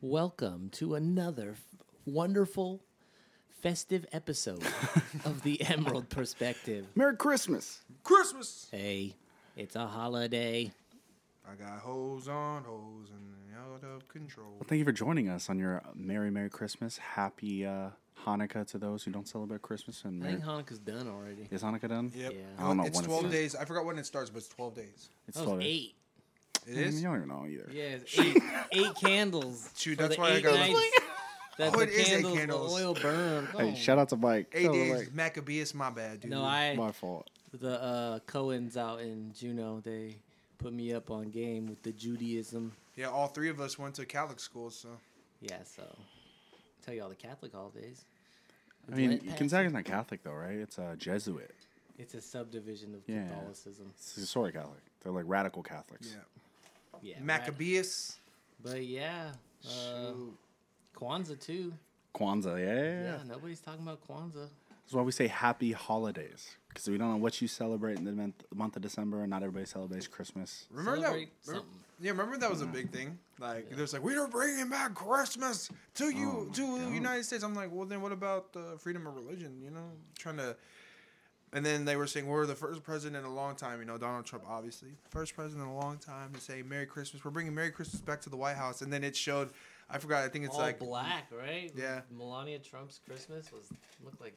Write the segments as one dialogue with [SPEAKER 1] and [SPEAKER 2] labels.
[SPEAKER 1] Welcome to another f- wonderful festive episode of the Emerald Perspective.
[SPEAKER 2] Merry Christmas.
[SPEAKER 3] Christmas.
[SPEAKER 1] Hey, it's a holiday.
[SPEAKER 3] I got hoes on hoes and they out of control.
[SPEAKER 2] Thank you for joining us on your uh, Merry Merry Christmas. Happy uh, Hanukkah to those who don't celebrate Christmas. And
[SPEAKER 1] I
[SPEAKER 2] Merry-
[SPEAKER 1] think Hanukkah's done already.
[SPEAKER 2] is Hanukkah done?
[SPEAKER 3] Yep.
[SPEAKER 1] Yeah.
[SPEAKER 2] I don't know
[SPEAKER 3] it's
[SPEAKER 2] when it
[SPEAKER 3] 12
[SPEAKER 2] starts.
[SPEAKER 3] days. I forgot when it starts, but it's 12 days.
[SPEAKER 2] It's
[SPEAKER 1] That was
[SPEAKER 2] twelve days.
[SPEAKER 1] eight.
[SPEAKER 3] It
[SPEAKER 2] Mm,
[SPEAKER 3] is?
[SPEAKER 2] You don't even know either.
[SPEAKER 1] Yeah, it's eight, eight candles.
[SPEAKER 3] Shoot,
[SPEAKER 1] for
[SPEAKER 3] that's
[SPEAKER 1] the
[SPEAKER 3] why I
[SPEAKER 1] eight
[SPEAKER 3] got-
[SPEAKER 1] nights That
[SPEAKER 3] Oh,
[SPEAKER 1] the
[SPEAKER 3] it is eight
[SPEAKER 1] candles, will
[SPEAKER 3] candles.
[SPEAKER 1] oil burn.
[SPEAKER 2] Hey,
[SPEAKER 1] Oh.
[SPEAKER 2] shout out to Mike.
[SPEAKER 3] Eight
[SPEAKER 2] Shout out to
[SPEAKER 3] days.
[SPEAKER 2] Mike.
[SPEAKER 3] Maccabeus, my bad, dude.
[SPEAKER 1] No, I
[SPEAKER 2] My fault.
[SPEAKER 1] the uh, Cohens out in Juneau. They put me up on game with the Judaism.
[SPEAKER 3] Yeah, all three of us went to Catholic school, so.
[SPEAKER 1] Yeah, so tell you all the Catholic holidays.
[SPEAKER 2] I mean,
[SPEAKER 1] Lent passed.
[SPEAKER 2] Gonzaga's not Catholic though, right? It's a Jesuit.
[SPEAKER 1] It's a subdivision of
[SPEAKER 2] Yeah.
[SPEAKER 1] Catholicism.
[SPEAKER 2] It's sort of Catholic. They're like radical Catholics.
[SPEAKER 3] Yeah.
[SPEAKER 1] Yeah, right.
[SPEAKER 3] Maccabeus.
[SPEAKER 1] But yeah, uh,
[SPEAKER 3] Shoot.
[SPEAKER 1] Kwanzaa too.
[SPEAKER 2] Kwanzaa. Yeah, yeah,
[SPEAKER 1] Yeah.
[SPEAKER 2] yeah.
[SPEAKER 1] nobody's talking about Kwanzaa.
[SPEAKER 2] That's why we say Happy Holidays because we don't know what you celebrate in the month- month of December, and not everybody celebrates Christmas.
[SPEAKER 3] Remember
[SPEAKER 1] Celebrate
[SPEAKER 3] that? remember-
[SPEAKER 1] something.
[SPEAKER 3] yeah, remember that was a big thing. Like, there's like, we're bringing back Christmas to you, to the United States. I'm like, well, then what about the freedom of religion? You know, trying to. And then they were saying we're the first president in a long time. You know, Donald Trump, obviously, first president in a long time to say Merry Christmas. We're bringing Merry Christmas back to the White House. And then it showed, I forgot. I think it's
[SPEAKER 1] All
[SPEAKER 3] like
[SPEAKER 1] black, right?
[SPEAKER 3] Yeah.
[SPEAKER 1] Melania Trump's Christmas was looked like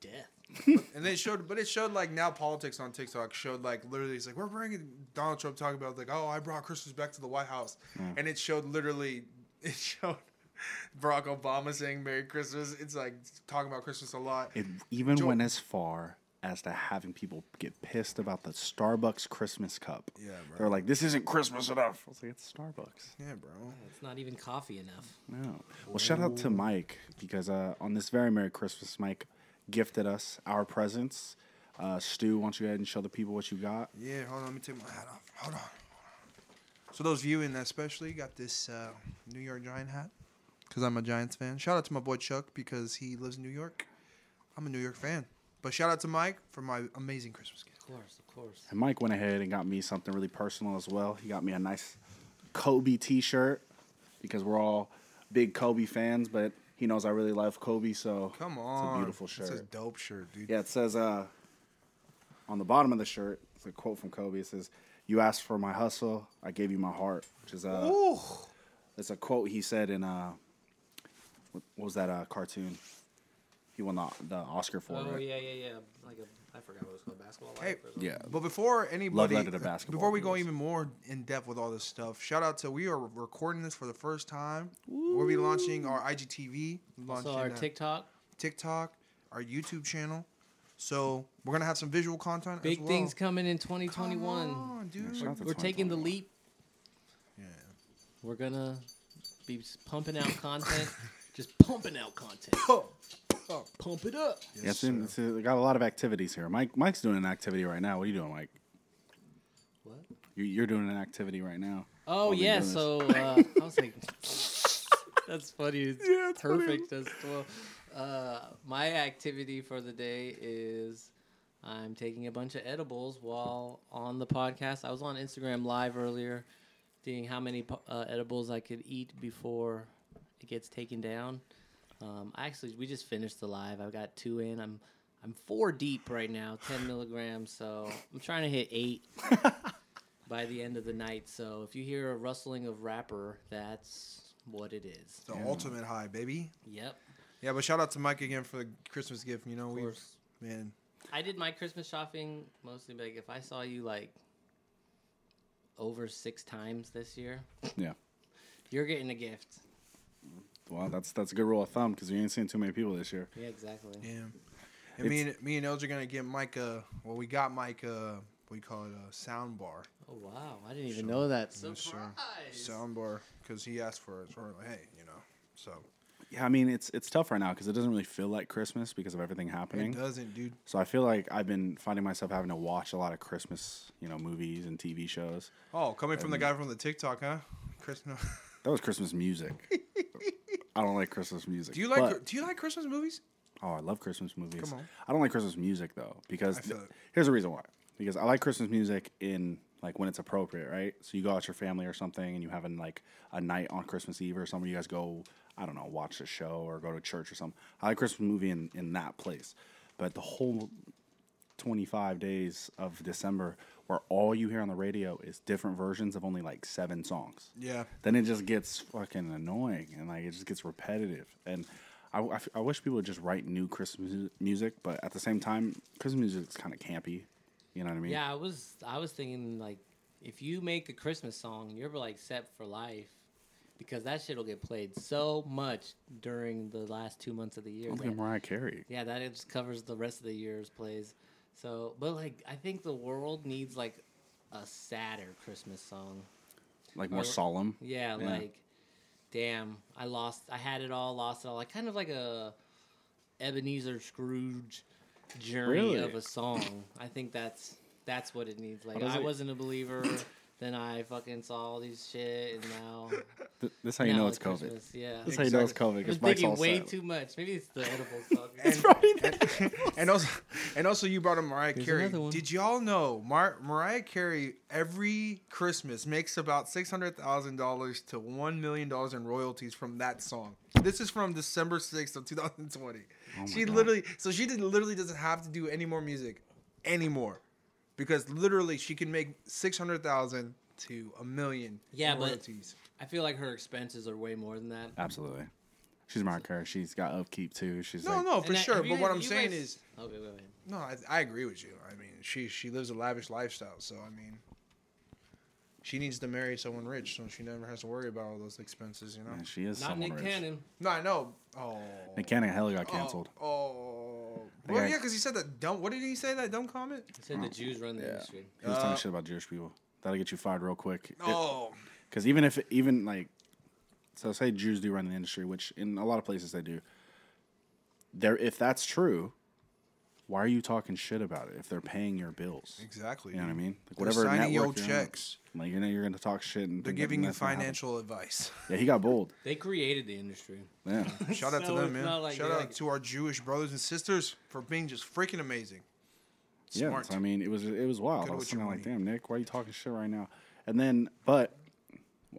[SPEAKER 1] death.
[SPEAKER 3] And they showed, but it showed like now politics on TikTok showed like literally, it's like we're bringing Donald Trump talking about like, oh, I brought Christmas back to the White House, and it showed literally, it showed Barack Obama saying Merry Christmas. It's like talking about Christmas a lot.
[SPEAKER 2] It even
[SPEAKER 3] Joy-
[SPEAKER 2] went as far as to having people get pissed about the Starbucks Christmas cup.
[SPEAKER 3] Yeah, bro.
[SPEAKER 2] They're like, this isn't Christmas enough. I was like, it's Starbucks.
[SPEAKER 3] yeah, bro.
[SPEAKER 1] It's not even coffee enough.
[SPEAKER 2] No. Well, shout out to Mike because uh, on this very Merry Christmas, Mike gifted us our presents. Uh, Stu, why don't you go ahead and show the people what you got?
[SPEAKER 3] Yeah, hold on, let me take my hat off. Hold on. So those viewing, especially, got this uh, New York Giant hat because I'm a Giants fan. Shout out to my boy Chuck because he lives in New York. I'm a New York fan, but shout out to Mike for my amazing Christmas gift.
[SPEAKER 1] Of course, of course.
[SPEAKER 2] And Mike went ahead and got me something really personal as well. He got me a nice Kobe t shirt because we're all big Kobe fans, but he knows I really love Kobe, so
[SPEAKER 3] Come on.
[SPEAKER 2] It's a beautiful
[SPEAKER 3] It's a
[SPEAKER 2] shirt.
[SPEAKER 3] dope shirt, dude.
[SPEAKER 2] Yeah, it says uh, on the bottom of the shirt, it's a quote from Kobe. It says, You asked for my hustle, I gave you my heart, which is uh,
[SPEAKER 3] Ooh.
[SPEAKER 2] it's a quote he said in uh, what what was that uh, cartoon? He won the, the Oscar for
[SPEAKER 1] Oh
[SPEAKER 2] it.
[SPEAKER 1] yeah, yeah, yeah. Like a, I forgot what it was called, basketball life
[SPEAKER 3] Uh, Hey,
[SPEAKER 1] or something.
[SPEAKER 2] Yeah.
[SPEAKER 3] But before anybody,
[SPEAKER 2] letter to basketball
[SPEAKER 3] before we go
[SPEAKER 2] rules.
[SPEAKER 3] even more in depth with all this stuff, shout out to we are recording this for the first time. We'll be launching our IGTV, launching
[SPEAKER 1] Also, our
[SPEAKER 3] uh,
[SPEAKER 1] TikTok.
[SPEAKER 3] TikTok, our YouTube channel. So we're gonna have some visual content.
[SPEAKER 1] Big
[SPEAKER 3] as well.
[SPEAKER 1] things coming in
[SPEAKER 3] Come
[SPEAKER 1] 2021.
[SPEAKER 3] on, dude.
[SPEAKER 2] Shout out to
[SPEAKER 1] We're taking the
[SPEAKER 2] 2021.
[SPEAKER 1] leap.
[SPEAKER 3] Yeah.
[SPEAKER 1] We're gonna be s- pumping out content. Just pumping out content.
[SPEAKER 3] Oh,
[SPEAKER 1] Pump it up.
[SPEAKER 2] Yeah, it's, in, it's uh, got a lot of activities here. Mike Mike's doing an activity right now. What are you doing, Mike?
[SPEAKER 1] What?
[SPEAKER 2] You're, you're doing an activity right now.
[SPEAKER 1] Oh
[SPEAKER 2] While we're
[SPEAKER 1] yeah,
[SPEAKER 2] doing this.
[SPEAKER 1] so uh, I was like, that's funny. It's perfect as well. Uh, my activity for the day is I'm taking a bunch of edibles while on the podcast. I was on Instagram Live earlier, seeing how many po- uh, edibles I could eat before it gets taken down. Um, I actually, we just finished the live. I've got two in. I'm I'm four deep right now, ten milligrams. So I'm trying to hit eight by the end of the night. So if you hear a rustling of wrapper, that's what it is.
[SPEAKER 3] the ultimate high, baby.
[SPEAKER 1] Yep.
[SPEAKER 3] Yeah, but shout out to Mike again for the Christmas gift. You know, we
[SPEAKER 1] course.
[SPEAKER 3] man.
[SPEAKER 1] I did my Christmas shopping mostly like if I saw you like over six times this year,
[SPEAKER 2] Yeah.
[SPEAKER 1] you're getting a gift.
[SPEAKER 2] Well, that's that's a good rule of thumb because we ain't seen too many people this year.
[SPEAKER 1] Yeah, exactly.
[SPEAKER 3] Yeah. And me and me and Elge are gonna get Mike a well, we got Mike a what do you call it a sound bar,
[SPEAKER 1] Oh wow, I didn't even know that. Surprise.
[SPEAKER 3] sure. sound bar, because he asked for it. So we're like, hey, you know, so
[SPEAKER 2] Yeah, I mean it's it's tough right now because it doesn't really feel like Christmas because of everything
[SPEAKER 3] it
[SPEAKER 2] happening.
[SPEAKER 3] doesn't, dude.
[SPEAKER 2] So I feel like I've been finding myself having to watch a lot of Christmas, you know, movies and TV shows.
[SPEAKER 3] Oh, coming from the guy from the TikTok, huh? Christmas.
[SPEAKER 2] That was Christmas music. I don't like Christmas music.
[SPEAKER 3] do you like
[SPEAKER 2] but-
[SPEAKER 3] do you like Christmas movies?
[SPEAKER 2] Oh, I love Christmas movies.
[SPEAKER 3] Come on.
[SPEAKER 2] I don't like Christmas music though because
[SPEAKER 3] I feel
[SPEAKER 2] th-
[SPEAKER 3] it.
[SPEAKER 2] here's the reason why. Because I like Christmas music in like when it's appropriate, right? So you go out with your family or something, and you having like a night on Christmas Eve or something. You guys go, I don't know, watch a show or go to church or something. I like Christmas movie in in that place, but the whole 25 days of December where all you hear on the radio is different versions of only like seven songs.
[SPEAKER 3] Yeah.
[SPEAKER 2] Then it just gets fucking annoying and like it just gets repetitive. And I, I f- I wish people would just write new Christmas mu- music, but at the same time, Christmas music's kind of campy. You know what I mean?
[SPEAKER 1] Yeah, I was I was thinking like if you make a Christmas song, you're like set for life because that shit will get played so much during the last two months of the year.
[SPEAKER 2] Look at
[SPEAKER 1] that-
[SPEAKER 2] Mariah Carey.
[SPEAKER 1] yeah, that it just covers the rest of the year's plays. So, but like I think the world needs like a sadder Christmas song.
[SPEAKER 2] Like more
[SPEAKER 1] Or-
[SPEAKER 2] solemn.
[SPEAKER 1] Oh, Yeah,
[SPEAKER 2] Yeah.
[SPEAKER 1] like, damn, I lost, I had it all, lost it all. Like, kind of like a Ebenezer Scrooge journey
[SPEAKER 2] Really?
[SPEAKER 1] of a song. I think that's that's what it needs. Like,
[SPEAKER 2] does
[SPEAKER 1] I
[SPEAKER 2] it-
[SPEAKER 1] wasn't a believer, then I fucking saw all these shit, and now
[SPEAKER 2] Th- that's how you
[SPEAKER 1] now
[SPEAKER 2] know it's
[SPEAKER 1] at
[SPEAKER 2] COVID.
[SPEAKER 1] Christmas, Yeah,
[SPEAKER 2] That's how you know it's COVID
[SPEAKER 3] Exactly.
[SPEAKER 1] I've been
[SPEAKER 2] because Mike's all
[SPEAKER 1] thinking way
[SPEAKER 2] sad.
[SPEAKER 1] too much. Maybe it's the edibles song.
[SPEAKER 3] And, and, and also, and also, you brought up Mariah
[SPEAKER 1] Here's
[SPEAKER 3] Carey.
[SPEAKER 1] another one.
[SPEAKER 3] Did y'all know Mar- Mariah Carey every Christmas makes about six hundred thousand dollars to one million dollars in royalties from that song? This is from December sixth of two thousand twenty.
[SPEAKER 1] Oh
[SPEAKER 3] she
[SPEAKER 2] God.
[SPEAKER 3] literally, so she did, literally doesn't have to do any more music anymore, because literally she can make six hundred thousand to a million. in
[SPEAKER 1] Yeah, but-
[SPEAKER 3] royalties.
[SPEAKER 1] I feel like her expenses are way more than that.
[SPEAKER 2] Absolutely. She's Mariah Carey. She's got upkeep too. She's
[SPEAKER 3] no,
[SPEAKER 2] like,
[SPEAKER 3] no, for
[SPEAKER 1] And I-
[SPEAKER 3] sure.
[SPEAKER 1] have you
[SPEAKER 3] But what
[SPEAKER 1] guys-
[SPEAKER 3] I'm
[SPEAKER 1] you
[SPEAKER 3] saying
[SPEAKER 1] guys-
[SPEAKER 3] is,
[SPEAKER 1] okay, wait, wait.
[SPEAKER 3] no, I, I agree with you. I mean, she she lives a lavish lifestyle, so I mean, she needs to marry someone rich, so she never has to worry about all those expenses. You know?
[SPEAKER 2] man, she is
[SPEAKER 1] Not
[SPEAKER 2] someone
[SPEAKER 1] Nick
[SPEAKER 2] rich.
[SPEAKER 1] Cannon.
[SPEAKER 3] No, I know. Oh,
[SPEAKER 2] Nick Cannon hella got
[SPEAKER 3] Oh,
[SPEAKER 2] canceled.
[SPEAKER 3] Oh,
[SPEAKER 2] The
[SPEAKER 3] well,
[SPEAKER 2] guy-
[SPEAKER 3] yeah, because he said that dumb. What did he say? That dumb comment.
[SPEAKER 1] He said the Jews run the
[SPEAKER 2] Mm. Yeah.
[SPEAKER 1] industry.
[SPEAKER 2] He was talking
[SPEAKER 3] Uh,
[SPEAKER 2] shit about Jewish people. That'll get you fired real quick.
[SPEAKER 3] Oh,
[SPEAKER 2] Because even if even like, so say Jews do run the industry, which in a lot of places they do. There, if that's true, why are you talking shit about it? If they're paying your bills,
[SPEAKER 3] exactly.
[SPEAKER 2] you know what I mean. Like
[SPEAKER 3] Mm-hmm. They're signing your
[SPEAKER 2] network you're on,
[SPEAKER 3] checks.
[SPEAKER 2] like you know you're gonna talk shit and think
[SPEAKER 3] They're
[SPEAKER 2] that
[SPEAKER 3] giving you
[SPEAKER 2] that's gonna happen.
[SPEAKER 3] financial advice.
[SPEAKER 2] Yeah, he got bold.
[SPEAKER 1] They created the industry.
[SPEAKER 2] Yeah,
[SPEAKER 3] Shout out
[SPEAKER 1] So it's
[SPEAKER 3] to them, man.
[SPEAKER 1] not like
[SPEAKER 3] Shout
[SPEAKER 1] they're
[SPEAKER 3] out
[SPEAKER 1] like-
[SPEAKER 3] to our Jewish brothers and sisters for being just freaking amazing.
[SPEAKER 2] yeah.
[SPEAKER 3] Smart.
[SPEAKER 2] So, I mean, it was it was wild.
[SPEAKER 3] Good
[SPEAKER 2] I
[SPEAKER 3] with
[SPEAKER 2] was
[SPEAKER 3] your
[SPEAKER 2] kind of like,
[SPEAKER 3] money.
[SPEAKER 2] damn, Nick, why are you talking shit right now? And then, but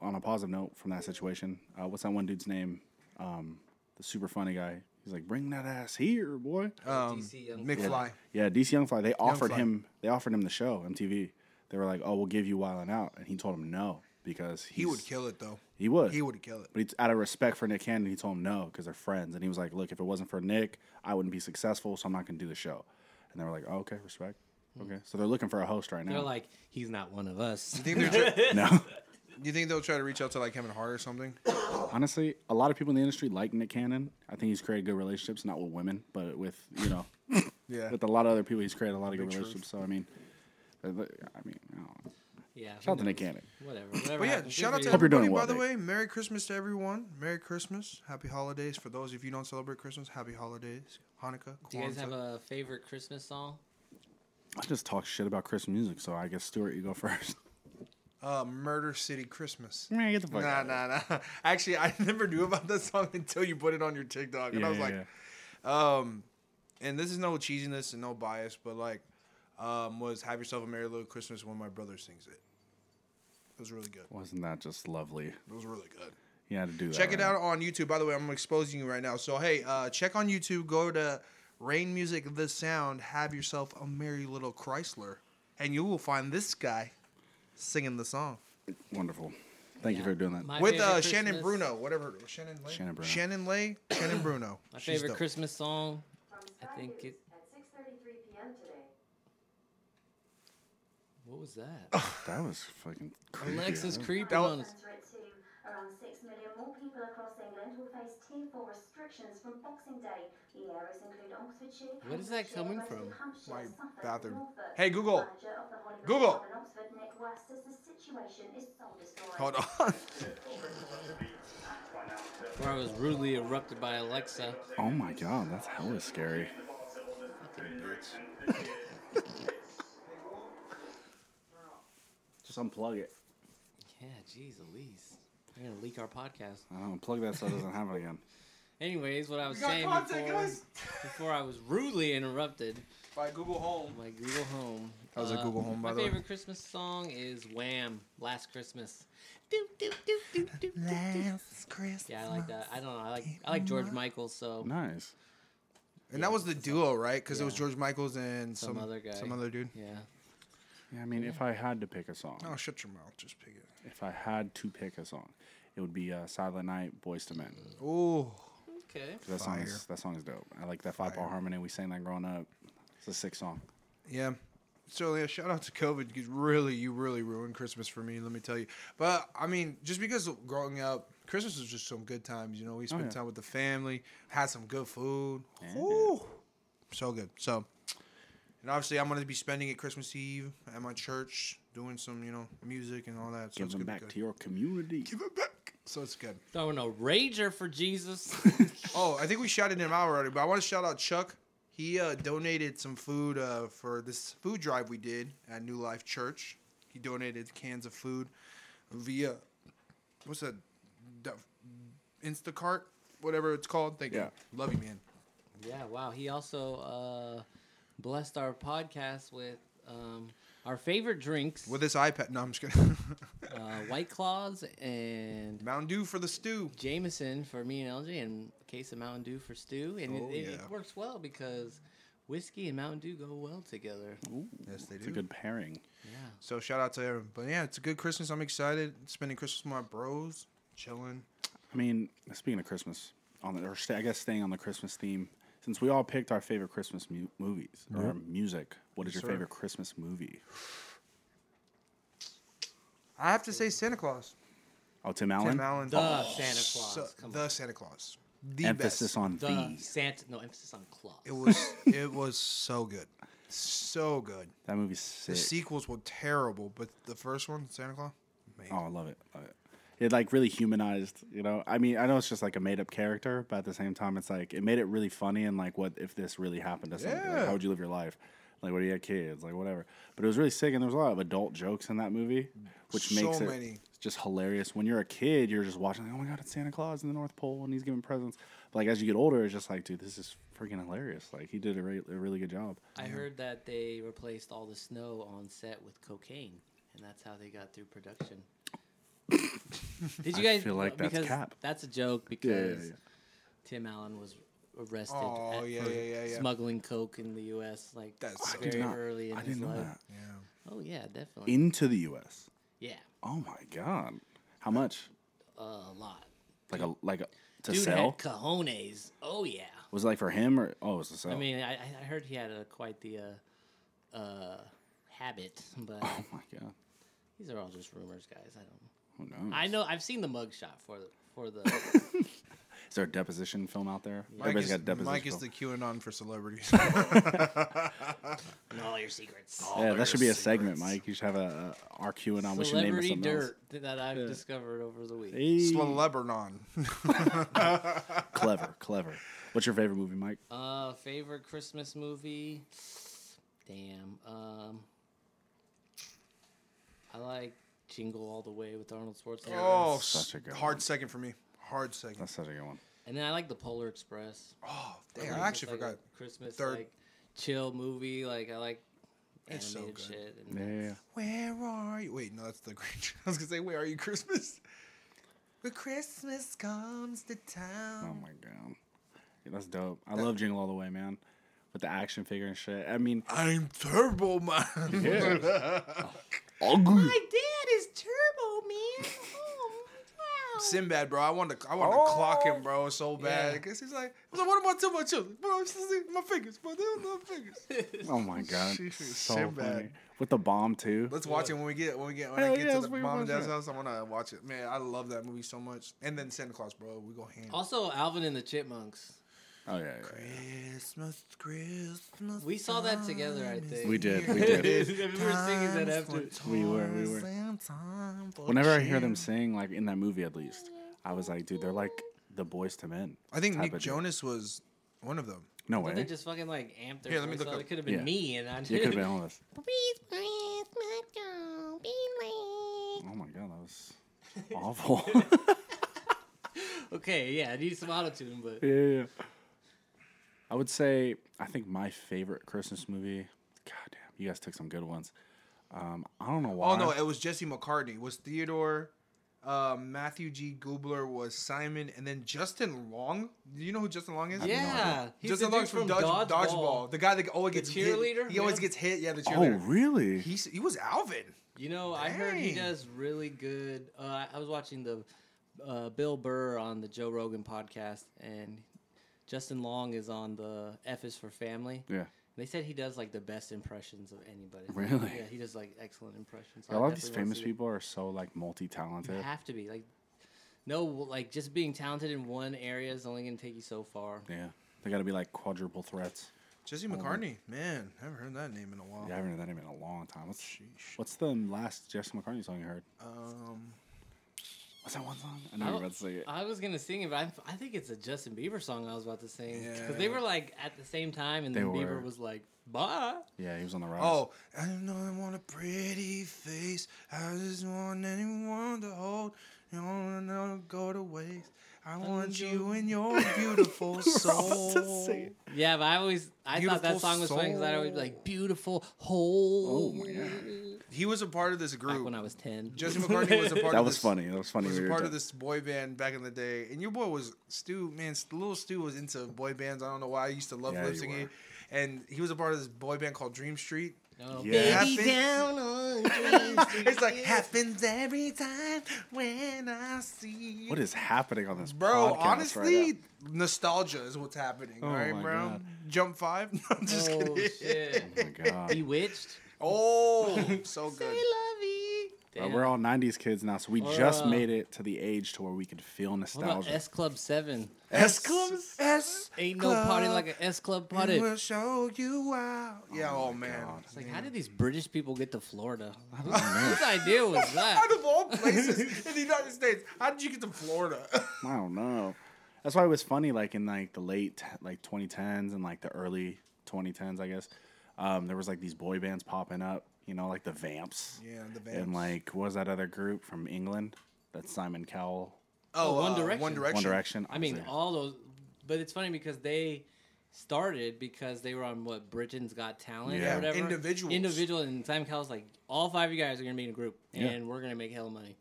[SPEAKER 2] on a positive note from that situation, uh, what's that one dude's name? Um, the super funny guy. He's like, bring that ass here, boy.
[SPEAKER 3] Um,
[SPEAKER 1] DC Young
[SPEAKER 3] McFly.
[SPEAKER 2] Yeah, DC Young Fly. They offered
[SPEAKER 3] Fly.
[SPEAKER 2] him. They offered him the show MTV. They were like, "Oh, we'll give you Wild 'N Out," and he told him no because
[SPEAKER 3] He would
[SPEAKER 2] he's-
[SPEAKER 3] kill it though.
[SPEAKER 2] He would.
[SPEAKER 3] He would kill it.
[SPEAKER 2] But he, out of respect for Nick Cannon, he told him no because they're friends. And he was like, "Look, if it wasn't for Nick, I wouldn't be successful, so I'm not going to do the show." And they were like, oh, "Okay, respect."
[SPEAKER 3] Hmm.
[SPEAKER 2] Okay, so they're looking for a host right now.
[SPEAKER 1] They're like, he's not one of us.
[SPEAKER 3] Do you think, they're tr-
[SPEAKER 2] no,
[SPEAKER 3] do you think they'll try to reach out to like Kevin Hart or something?
[SPEAKER 2] honestly, a lot of people in the industry like Nick Cannon. I think he's created good relationships, not with women, but with you know,
[SPEAKER 3] Yeah.
[SPEAKER 2] with a lot of other people. He's created a lot of good
[SPEAKER 3] Big truth.
[SPEAKER 2] relationships. So I mean, I mean, I don't know.
[SPEAKER 1] Yeah. who
[SPEAKER 2] shout out to
[SPEAKER 1] knows?
[SPEAKER 2] Nick Cannon.
[SPEAKER 1] Whatever. whatever
[SPEAKER 3] But yeah,
[SPEAKER 1] happens,
[SPEAKER 3] shout
[SPEAKER 1] good
[SPEAKER 3] out to
[SPEAKER 1] for
[SPEAKER 2] Hope
[SPEAKER 1] you.
[SPEAKER 2] you're doing
[SPEAKER 3] everybody.
[SPEAKER 2] well,
[SPEAKER 3] by the
[SPEAKER 2] Nick.
[SPEAKER 3] way, Merry Christmas to everyone. Merry Christmas. Happy holidays for those of you who don't celebrate Christmas. Happy holidays. Hanukkah. Kwanzaa.
[SPEAKER 1] Do you guys have a favorite Christmas song?
[SPEAKER 2] I just talk shit about Christmas music, so I guess Stuart, you go first.
[SPEAKER 3] uh, Murder City Christmas?
[SPEAKER 2] Man, get the fuck
[SPEAKER 3] Nah,
[SPEAKER 2] out.
[SPEAKER 3] nah, nah. Actually, I never knew about that song until you put it on your TikTok, and I was like, um, and this is no cheesiness and no bias, but like, um, was "Have Yourself a Merry Little Christmas" when my brother sings it. It was really good.
[SPEAKER 2] wasn't that just lovely?
[SPEAKER 3] It was really good.
[SPEAKER 2] You had to do that.
[SPEAKER 3] Check it
[SPEAKER 2] right?
[SPEAKER 3] out on YouTube. By the way, I'm exposing you right now. So hey, uh, check on YouTube. Go to Rain Music The Sound. Have yourself a merry little Chrysler, and you will find this guy singing the song
[SPEAKER 2] Wonderful. Thank you
[SPEAKER 1] Yeah.
[SPEAKER 2] for doing that.
[SPEAKER 1] My
[SPEAKER 3] with
[SPEAKER 1] favorite
[SPEAKER 3] uh, Shannon
[SPEAKER 1] Christmas-
[SPEAKER 3] Bruno. Whatever Shannon Lay.
[SPEAKER 2] Shannon Bruno.
[SPEAKER 3] Shannon Lay. Shannon Bruno.
[SPEAKER 1] My
[SPEAKER 3] She's
[SPEAKER 1] favorite
[SPEAKER 3] dope.
[SPEAKER 1] Christmas song.
[SPEAKER 4] From
[SPEAKER 1] I
[SPEAKER 4] Sky
[SPEAKER 1] think
[SPEAKER 4] News
[SPEAKER 1] it-
[SPEAKER 4] at 6:33 p.m. today.
[SPEAKER 1] What was that?
[SPEAKER 2] That was fucking creepy.
[SPEAKER 1] Alexa's
[SPEAKER 2] huh?
[SPEAKER 1] creeping
[SPEAKER 3] That
[SPEAKER 1] on
[SPEAKER 3] Oh, was-
[SPEAKER 1] us.
[SPEAKER 4] Answer it to around 6 million more people across England will face tier 4 restrictions from Boxing Day. The areas include Oxfordshire,
[SPEAKER 1] Where is that
[SPEAKER 4] Hertfordshire,
[SPEAKER 1] coming
[SPEAKER 4] West
[SPEAKER 1] from?
[SPEAKER 4] Hampshire,
[SPEAKER 3] My
[SPEAKER 4] Suffolk,
[SPEAKER 3] bathroom.
[SPEAKER 4] Norfolk.
[SPEAKER 3] Hey, Google.
[SPEAKER 4] Manager of the Hollywood
[SPEAKER 3] Google.
[SPEAKER 4] Club in Oxford, Nick West, says the situation is soul destroying.
[SPEAKER 3] Hold on.
[SPEAKER 1] Where I was rudely erupted by Alexa.
[SPEAKER 2] Oh my god, that's hella scary. Just unplug it.
[SPEAKER 1] Yeah, jeez, Elise. You're gonna leak our podcast.
[SPEAKER 2] I don't know, plug that so it doesn't happen again.
[SPEAKER 1] Anyways, what I was saying before, before I was rudely interrupted
[SPEAKER 3] By Google Home.
[SPEAKER 1] by Google Home. Uh,
[SPEAKER 3] That was a Google Home, by
[SPEAKER 1] my
[SPEAKER 3] the way.
[SPEAKER 1] favorite Christmas song is Wham! Last Christmas. Do, do, do, do, do, do, do.
[SPEAKER 3] Christmas.
[SPEAKER 1] Yeah, I like that. I don't know. I like I like George Michael, so
[SPEAKER 2] Nice.
[SPEAKER 3] And that was the duo, right? Because it was
[SPEAKER 1] Yeah.
[SPEAKER 3] George Michaels and
[SPEAKER 1] Some
[SPEAKER 3] some,
[SPEAKER 1] other guy.
[SPEAKER 3] some other dude.
[SPEAKER 1] yeah.
[SPEAKER 2] Yeah, I mean, if I had to pick a song,
[SPEAKER 3] Oh, shut your mouth. Just pick it.
[SPEAKER 2] if I had to pick a song, it would be uh, Silent Night, Boys to Men.
[SPEAKER 3] Ooh.
[SPEAKER 1] Okay.
[SPEAKER 2] 'Cause That song, is,
[SPEAKER 3] Fire.
[SPEAKER 2] that song is dope. I like that five bar harmony. We sang that growing up. It's a sick song.
[SPEAKER 3] Yeah. So yeah, shout out to COVID because really, you really ruined Christmas for me. Let me tell you. But I mean, just because of growing up, Christmas was just some good times. You know, we spent
[SPEAKER 2] Oh, yeah.
[SPEAKER 3] time with the family, had some good food.
[SPEAKER 2] Yeah.
[SPEAKER 3] Ooh, so good. So, and obviously, I'm gonna be spending it Christmas Eve at my church, doing some you know music and all that. So
[SPEAKER 2] Give
[SPEAKER 3] it's
[SPEAKER 2] them
[SPEAKER 3] gonna be
[SPEAKER 2] back
[SPEAKER 3] good.
[SPEAKER 2] to your community.
[SPEAKER 3] Give it back. So it's good.
[SPEAKER 1] Throwing a rager for Jesus.
[SPEAKER 3] Oh, I think we shouted him out already, but I want to shout out Chuck. He uh, donated some food uh, for this food drive we did at New Life Church. He donated cans of food via what's that Du- Instacart, whatever it's called. Thank
[SPEAKER 2] Yeah.
[SPEAKER 3] you. Love you, man.
[SPEAKER 1] yeah. Wow. He also uh, blessed our podcast with um, our favorite drinks:
[SPEAKER 3] With this iPad, no, I'm just kidding.
[SPEAKER 1] uh, White Claws and
[SPEAKER 3] Mountain Dew for the stew.
[SPEAKER 1] Jameson for me and LJ, and a case of Mountain Dew for Stu, and
[SPEAKER 3] Oh,
[SPEAKER 1] it, it, it
[SPEAKER 3] yeah.
[SPEAKER 1] works well because whiskey and Mountain Dew go well together.
[SPEAKER 2] Ooh,
[SPEAKER 3] Yes, they
[SPEAKER 2] it's
[SPEAKER 3] do.
[SPEAKER 2] a good pairing.
[SPEAKER 1] Yeah.
[SPEAKER 3] So shout out to everyone. But yeah, it's a good Christmas. I'm excited. Spending Christmas with my bros, chilling.
[SPEAKER 2] I mean, speaking of Christmas, on the, or sta I guess staying on the Christmas theme, since we all picked our favorite Christmas mu- movies or music, what is
[SPEAKER 3] Yes,
[SPEAKER 2] your
[SPEAKER 3] sir.
[SPEAKER 2] favorite Christmas movie?
[SPEAKER 3] I have to say Santa Claus.
[SPEAKER 2] Oh, Tim Allen.
[SPEAKER 3] Tim Allen.
[SPEAKER 1] The Santa Claus.
[SPEAKER 3] So-
[SPEAKER 1] Come
[SPEAKER 3] the
[SPEAKER 1] on.
[SPEAKER 3] Santa Claus. The
[SPEAKER 2] Emphasis
[SPEAKER 3] best.
[SPEAKER 2] on
[SPEAKER 1] The
[SPEAKER 2] the.
[SPEAKER 1] Santa. No emphasis on Claus.
[SPEAKER 3] It was it was so good, so good.
[SPEAKER 2] That movie's
[SPEAKER 3] The
[SPEAKER 2] sick.
[SPEAKER 3] sequels were terrible, but the first one, Santa Claus, amazing.
[SPEAKER 2] Oh, I love it. Love it. It like really humanized, you know. I mean, I know it's just like a made up character, but at the same time, it's like it made it really funny and like, what if this really happened to somebody? Like,
[SPEAKER 3] Yeah.
[SPEAKER 2] how would you live your life? Like, what do you have kids? Like, whatever. But it was really sick, and there was a lot of adult jokes in that movie, which
[SPEAKER 3] So
[SPEAKER 2] makes it
[SPEAKER 3] many.
[SPEAKER 2] just hilarious. When you're a kid, you're just watching, like, oh my god, it's Santa Claus in the North Pole and he's giving presents. But like as you get older, it's just like, dude, this is freaking hilarious. Like he did a, re- a really good job.
[SPEAKER 1] I heard that they replaced all the snow on set with cocaine, and that's how they got through production. Did you
[SPEAKER 2] I
[SPEAKER 1] guys
[SPEAKER 2] feel like that's
[SPEAKER 1] because
[SPEAKER 2] cap.
[SPEAKER 1] That's a joke because
[SPEAKER 2] yeah, yeah.
[SPEAKER 1] Tim Allen was arrested
[SPEAKER 3] Oh,
[SPEAKER 1] at-
[SPEAKER 3] yeah,
[SPEAKER 1] for
[SPEAKER 3] yeah, yeah, yeah.
[SPEAKER 1] smuggling coke in the U.S. Like
[SPEAKER 3] That's so
[SPEAKER 2] I did
[SPEAKER 1] very
[SPEAKER 2] not.
[SPEAKER 1] early in
[SPEAKER 2] I
[SPEAKER 1] his
[SPEAKER 2] didn't know
[SPEAKER 1] life.
[SPEAKER 2] that.
[SPEAKER 3] Yeah,
[SPEAKER 1] Oh yeah, definitely.
[SPEAKER 2] Into the U.S.
[SPEAKER 1] yeah,
[SPEAKER 2] Oh my god, how much?
[SPEAKER 1] uh, a lot.
[SPEAKER 2] Like a like a to
[SPEAKER 1] Dude
[SPEAKER 2] sell.
[SPEAKER 1] had cojones. Oh yeah.
[SPEAKER 2] Was it like for him or oh, it was the sale?
[SPEAKER 1] I mean, I, I heard he had a, quite the uh, uh, habit, but
[SPEAKER 2] oh my god,
[SPEAKER 1] these are all just rumors, guys. I don't.
[SPEAKER 2] who knows?
[SPEAKER 1] I know. I've seen the mugshot for the for the.
[SPEAKER 2] Is there a deposition film out there?
[SPEAKER 3] Mike
[SPEAKER 2] Everybody's
[SPEAKER 3] is,
[SPEAKER 2] got a deposition.
[SPEAKER 3] Mike is the
[SPEAKER 2] film.
[SPEAKER 3] QAnon for celebrities.
[SPEAKER 1] and all your secrets.
[SPEAKER 2] yeah, that should be a segment, Mike. You should have a, a our Q and on. We should name it
[SPEAKER 1] Celebrity
[SPEAKER 2] something
[SPEAKER 1] dirt that I've discovered over the week.
[SPEAKER 2] else. Hey,
[SPEAKER 3] Celebrenon.
[SPEAKER 2] clever, clever. What's your favorite movie, Mike?
[SPEAKER 1] Uh, favorite Christmas movie? Damn. Um, I like Jingle All the Way with Arnold Schwarzenegger.
[SPEAKER 3] oh,
[SPEAKER 2] such a good
[SPEAKER 3] hard
[SPEAKER 2] one.
[SPEAKER 3] second for me. Hard second.
[SPEAKER 2] That's such a good one.
[SPEAKER 1] And then I like The Polar Express.
[SPEAKER 3] Oh,
[SPEAKER 1] Like,
[SPEAKER 3] damn!
[SPEAKER 1] it's
[SPEAKER 3] I actually
[SPEAKER 1] just like a
[SPEAKER 3] forgot.
[SPEAKER 1] Christmas
[SPEAKER 3] Third.
[SPEAKER 1] like chill movie. Like I like
[SPEAKER 3] It's so
[SPEAKER 1] animated
[SPEAKER 3] good.
[SPEAKER 1] shit. And
[SPEAKER 2] Yeah, yeah, yeah.
[SPEAKER 3] Where are you? Wait, no, that's the Grinch. I was gonna say, where are you, Christmas? When Christmas comes to town.
[SPEAKER 2] Oh my god, yeah, that's dope. I love Jingle All the Way, man. With the action figure and shit. I mean,
[SPEAKER 3] I'm Turbo Man.
[SPEAKER 2] ugly.
[SPEAKER 1] My dad is turbo man. Oh wow.
[SPEAKER 3] Sinbad, bro. I wanted to, I
[SPEAKER 2] Oh.
[SPEAKER 3] wanted to clock him, bro, so bad.
[SPEAKER 1] Yeah.
[SPEAKER 3] Because he's like, I was like, what about two my children? Bro, it's just like my fingers, bro. They're my fingers.
[SPEAKER 2] Oh my god,
[SPEAKER 3] Sheesh,
[SPEAKER 2] so
[SPEAKER 3] Sinbad.
[SPEAKER 2] funny. With the bomb too.
[SPEAKER 3] Let's watch it when we get when we get when
[SPEAKER 2] Hell
[SPEAKER 3] I get
[SPEAKER 2] yeah,
[SPEAKER 3] to
[SPEAKER 2] let's
[SPEAKER 3] the
[SPEAKER 2] fucking
[SPEAKER 3] mom and
[SPEAKER 2] watch
[SPEAKER 3] dad's
[SPEAKER 2] it.
[SPEAKER 3] house. I want to watch it. Man, I love that movie so much. And then Santa Claus, bro. We go ham.
[SPEAKER 1] Also, Alvin and the Chipmunks.
[SPEAKER 2] Oh yeah, yeah, yeah.
[SPEAKER 3] Christmas, Christmas.
[SPEAKER 1] We saw that together, I think.
[SPEAKER 2] We did, we
[SPEAKER 1] we
[SPEAKER 2] did.
[SPEAKER 1] were singing that after.
[SPEAKER 2] We were, we were. Whenever I hear them sing, like in that movie at least, I was like, dude, they're like the boys to men.
[SPEAKER 3] I think
[SPEAKER 2] type
[SPEAKER 3] Nick
[SPEAKER 2] of dude.
[SPEAKER 3] Jonas was one of them.
[SPEAKER 2] No
[SPEAKER 1] But they
[SPEAKER 2] way.
[SPEAKER 1] just fucking like amped their
[SPEAKER 3] Here, let me
[SPEAKER 1] voice
[SPEAKER 3] look
[SPEAKER 1] up.
[SPEAKER 3] up.
[SPEAKER 1] It could have been
[SPEAKER 2] Yeah.
[SPEAKER 1] me, and I
[SPEAKER 2] You could have been on this.
[SPEAKER 5] Please, please, my dog, be late.
[SPEAKER 2] Oh my god, that was awful.
[SPEAKER 1] okay, yeah, it needs some auto tune, but
[SPEAKER 2] Yeah. I would say I think my favorite Christmas movie. God damn, you guys took some good ones. Um, I don't know why.
[SPEAKER 3] Oh no, it was Jesse McCartney. It was Theodore, uh, Matthew G. Goobler was Simon, and then Justin Long. Do you know who Justin Long is?
[SPEAKER 2] no
[SPEAKER 1] yeah,
[SPEAKER 2] idea.
[SPEAKER 1] he's
[SPEAKER 3] Justin
[SPEAKER 1] the
[SPEAKER 3] Long's
[SPEAKER 1] dude
[SPEAKER 3] from, Dodge, Dodgeball. The guy that always
[SPEAKER 1] The
[SPEAKER 3] gets hit.
[SPEAKER 1] cheerleader?
[SPEAKER 3] He always
[SPEAKER 1] Yeah.
[SPEAKER 3] gets hit. Yeah, the
[SPEAKER 2] oh
[SPEAKER 3] cheerleader.
[SPEAKER 2] really?
[SPEAKER 3] He's, he was Alvin.
[SPEAKER 1] You know, I heard he
[SPEAKER 3] Dang.
[SPEAKER 1] does really good. Uh, I- I was watching the uh, Bill Burr on the Joe Rogan podcast, and Justin Long is on the F is for Family.
[SPEAKER 2] yeah.
[SPEAKER 1] They said he does like the best impressions of anybody.
[SPEAKER 2] Really?
[SPEAKER 1] Yeah, he does like excellent impressions.
[SPEAKER 2] A
[SPEAKER 1] I
[SPEAKER 2] lot of these
[SPEAKER 1] definitely wanna
[SPEAKER 2] famous
[SPEAKER 1] see
[SPEAKER 2] people are so like
[SPEAKER 1] that. You
[SPEAKER 2] multi-talented.
[SPEAKER 1] have to be like, no, like just being talented in one area is only going to take you so far.
[SPEAKER 2] Yeah. They got to be like quadruple threats.
[SPEAKER 3] Jesse McCartney. Man, I haven't heard that name in a while.
[SPEAKER 2] Oh. Yeah, I haven't heard that name in a long time. What's
[SPEAKER 3] Oh. Sheesh.
[SPEAKER 2] what's the last Jesse McCartney song you heard?
[SPEAKER 3] Um,
[SPEAKER 2] What's that one song? I know you're about to say it.
[SPEAKER 1] I was gonna sing it, but I'm, I think it's a Justin Bieber song. I was about to sing because they
[SPEAKER 3] Yeah.
[SPEAKER 1] were like at the same time, and
[SPEAKER 2] They
[SPEAKER 1] then
[SPEAKER 2] were.
[SPEAKER 1] Bieber was like, "Bye."
[SPEAKER 2] Yeah, he was on the rise.
[SPEAKER 3] oh, I know I want a pretty face. I just want anyone to hold. You don't wanna go to waste. I want you and your beautiful soul.
[SPEAKER 1] Yeah, but I always I thought
[SPEAKER 3] Beautiful
[SPEAKER 1] that song was funny because I always
[SPEAKER 3] soul.
[SPEAKER 1] like beautiful whole.
[SPEAKER 2] Oh my god,
[SPEAKER 3] He was a part of this
[SPEAKER 1] Back
[SPEAKER 3] group.
[SPEAKER 1] when I was ten,
[SPEAKER 3] Jesse McCartney was a part
[SPEAKER 2] that
[SPEAKER 3] of
[SPEAKER 2] was
[SPEAKER 3] this,
[SPEAKER 2] funny. That was funny.
[SPEAKER 3] Was
[SPEAKER 2] we were
[SPEAKER 3] a part of
[SPEAKER 2] ta-
[SPEAKER 3] this boy band back in the day, and your boy was Stu. Man, little Stu was into boy bands. I don't know why. I used to love
[SPEAKER 2] Yeah,
[SPEAKER 3] yeah,
[SPEAKER 2] you
[SPEAKER 3] lip syncing, and he was a part of this boy band called Dream Street.
[SPEAKER 1] Oh,
[SPEAKER 2] Yeah.
[SPEAKER 1] baby,
[SPEAKER 3] Happy-
[SPEAKER 1] down on Dream Street.
[SPEAKER 3] It's like happens every time when I see you.
[SPEAKER 2] What is happening on this
[SPEAKER 3] bro?
[SPEAKER 2] podcast
[SPEAKER 3] honestly,
[SPEAKER 2] Right
[SPEAKER 3] nostalgia is what's happening.
[SPEAKER 2] Oh
[SPEAKER 3] all right,
[SPEAKER 2] my
[SPEAKER 3] bro.
[SPEAKER 2] God.
[SPEAKER 3] Jump five. No, I'm just
[SPEAKER 1] oh
[SPEAKER 3] kidding.
[SPEAKER 1] shit,
[SPEAKER 2] now? oh my god.
[SPEAKER 1] Bewitched.
[SPEAKER 3] Oh, so good.
[SPEAKER 2] But
[SPEAKER 1] Damn.
[SPEAKER 2] we're all '90s kids now, so we just
[SPEAKER 1] Uh,
[SPEAKER 2] made it to the age to where we could feel
[SPEAKER 1] What about
[SPEAKER 2] nostalgia.
[SPEAKER 1] S Club Seven?
[SPEAKER 2] S Club.
[SPEAKER 3] S
[SPEAKER 1] Ain't no party like an S Club
[SPEAKER 3] Club,
[SPEAKER 1] party.
[SPEAKER 3] and We'll show you out. Yeah. Oh, man.
[SPEAKER 2] God.
[SPEAKER 1] It's like, how did these British people get to Florida? Whose idea was
[SPEAKER 3] Out
[SPEAKER 1] that?
[SPEAKER 3] of all places in the United States, how did you get to Florida?
[SPEAKER 2] I don't know. That's why it was funny. Like in like the late like 2010s and like the early 2010s, I guess. Um, there was like these boy bands popping up. You know, like the Vamps.
[SPEAKER 3] yeah, the band.
[SPEAKER 2] And like, what was that other group from England? That's Simon Cowell,
[SPEAKER 3] oh,
[SPEAKER 1] One
[SPEAKER 3] uh,
[SPEAKER 1] Direction.
[SPEAKER 3] One
[SPEAKER 1] One
[SPEAKER 3] Direction.
[SPEAKER 2] One Direction.
[SPEAKER 1] I mean,
[SPEAKER 2] obviously.
[SPEAKER 1] all those. But it's funny because they started because they were on what Britain's Got Talent
[SPEAKER 2] Yeah.
[SPEAKER 1] or whatever.
[SPEAKER 3] Individuals.
[SPEAKER 1] Individual, and Simon Cowell's like, all five of you guys are gonna be in a group,
[SPEAKER 2] Yeah.
[SPEAKER 1] and we're gonna make hell of money.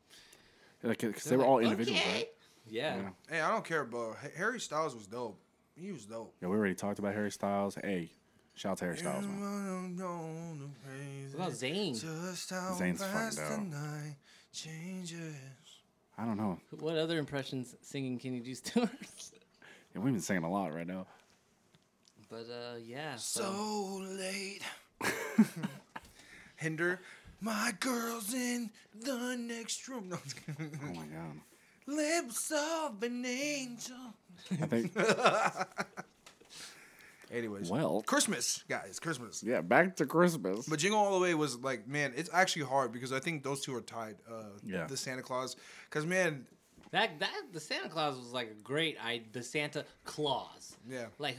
[SPEAKER 2] like, because they were all individuals,
[SPEAKER 1] okay.
[SPEAKER 2] right?
[SPEAKER 1] Yeah.
[SPEAKER 2] Yeah.
[SPEAKER 3] Hey, I don't care, bro. Ha- Harry Styles was dope. He was dope.
[SPEAKER 2] Yeah, we already talked about Harry Styles. Hey, shout out to Harry Styles, man.
[SPEAKER 1] What about Zayn?
[SPEAKER 3] Just how
[SPEAKER 2] Zayn's fucking
[SPEAKER 3] fast
[SPEAKER 2] dope.
[SPEAKER 3] the night changes.
[SPEAKER 2] I don't know.
[SPEAKER 1] What other impressions singing can you do, Stuart?
[SPEAKER 2] Yeah, we've been singing a lot right now.
[SPEAKER 1] but uh, yeah. So,
[SPEAKER 3] So late. Hinder. My girl's in the next room. No, I'm just kidding.
[SPEAKER 2] Oh my god.
[SPEAKER 3] Lips of an angel.
[SPEAKER 2] I think.
[SPEAKER 3] Anyways,
[SPEAKER 2] Well.
[SPEAKER 3] Christmas, guys, Christmas.
[SPEAKER 2] Yeah, back to Christmas.
[SPEAKER 3] But Jingle All the Way was like, man, it's actually hard because I think those two are tied. Uh,
[SPEAKER 2] Yeah.
[SPEAKER 3] The Santa Claus, because man,
[SPEAKER 1] that that the Santa Claus was like a great I the Santa Claus.
[SPEAKER 3] yeah.
[SPEAKER 1] Like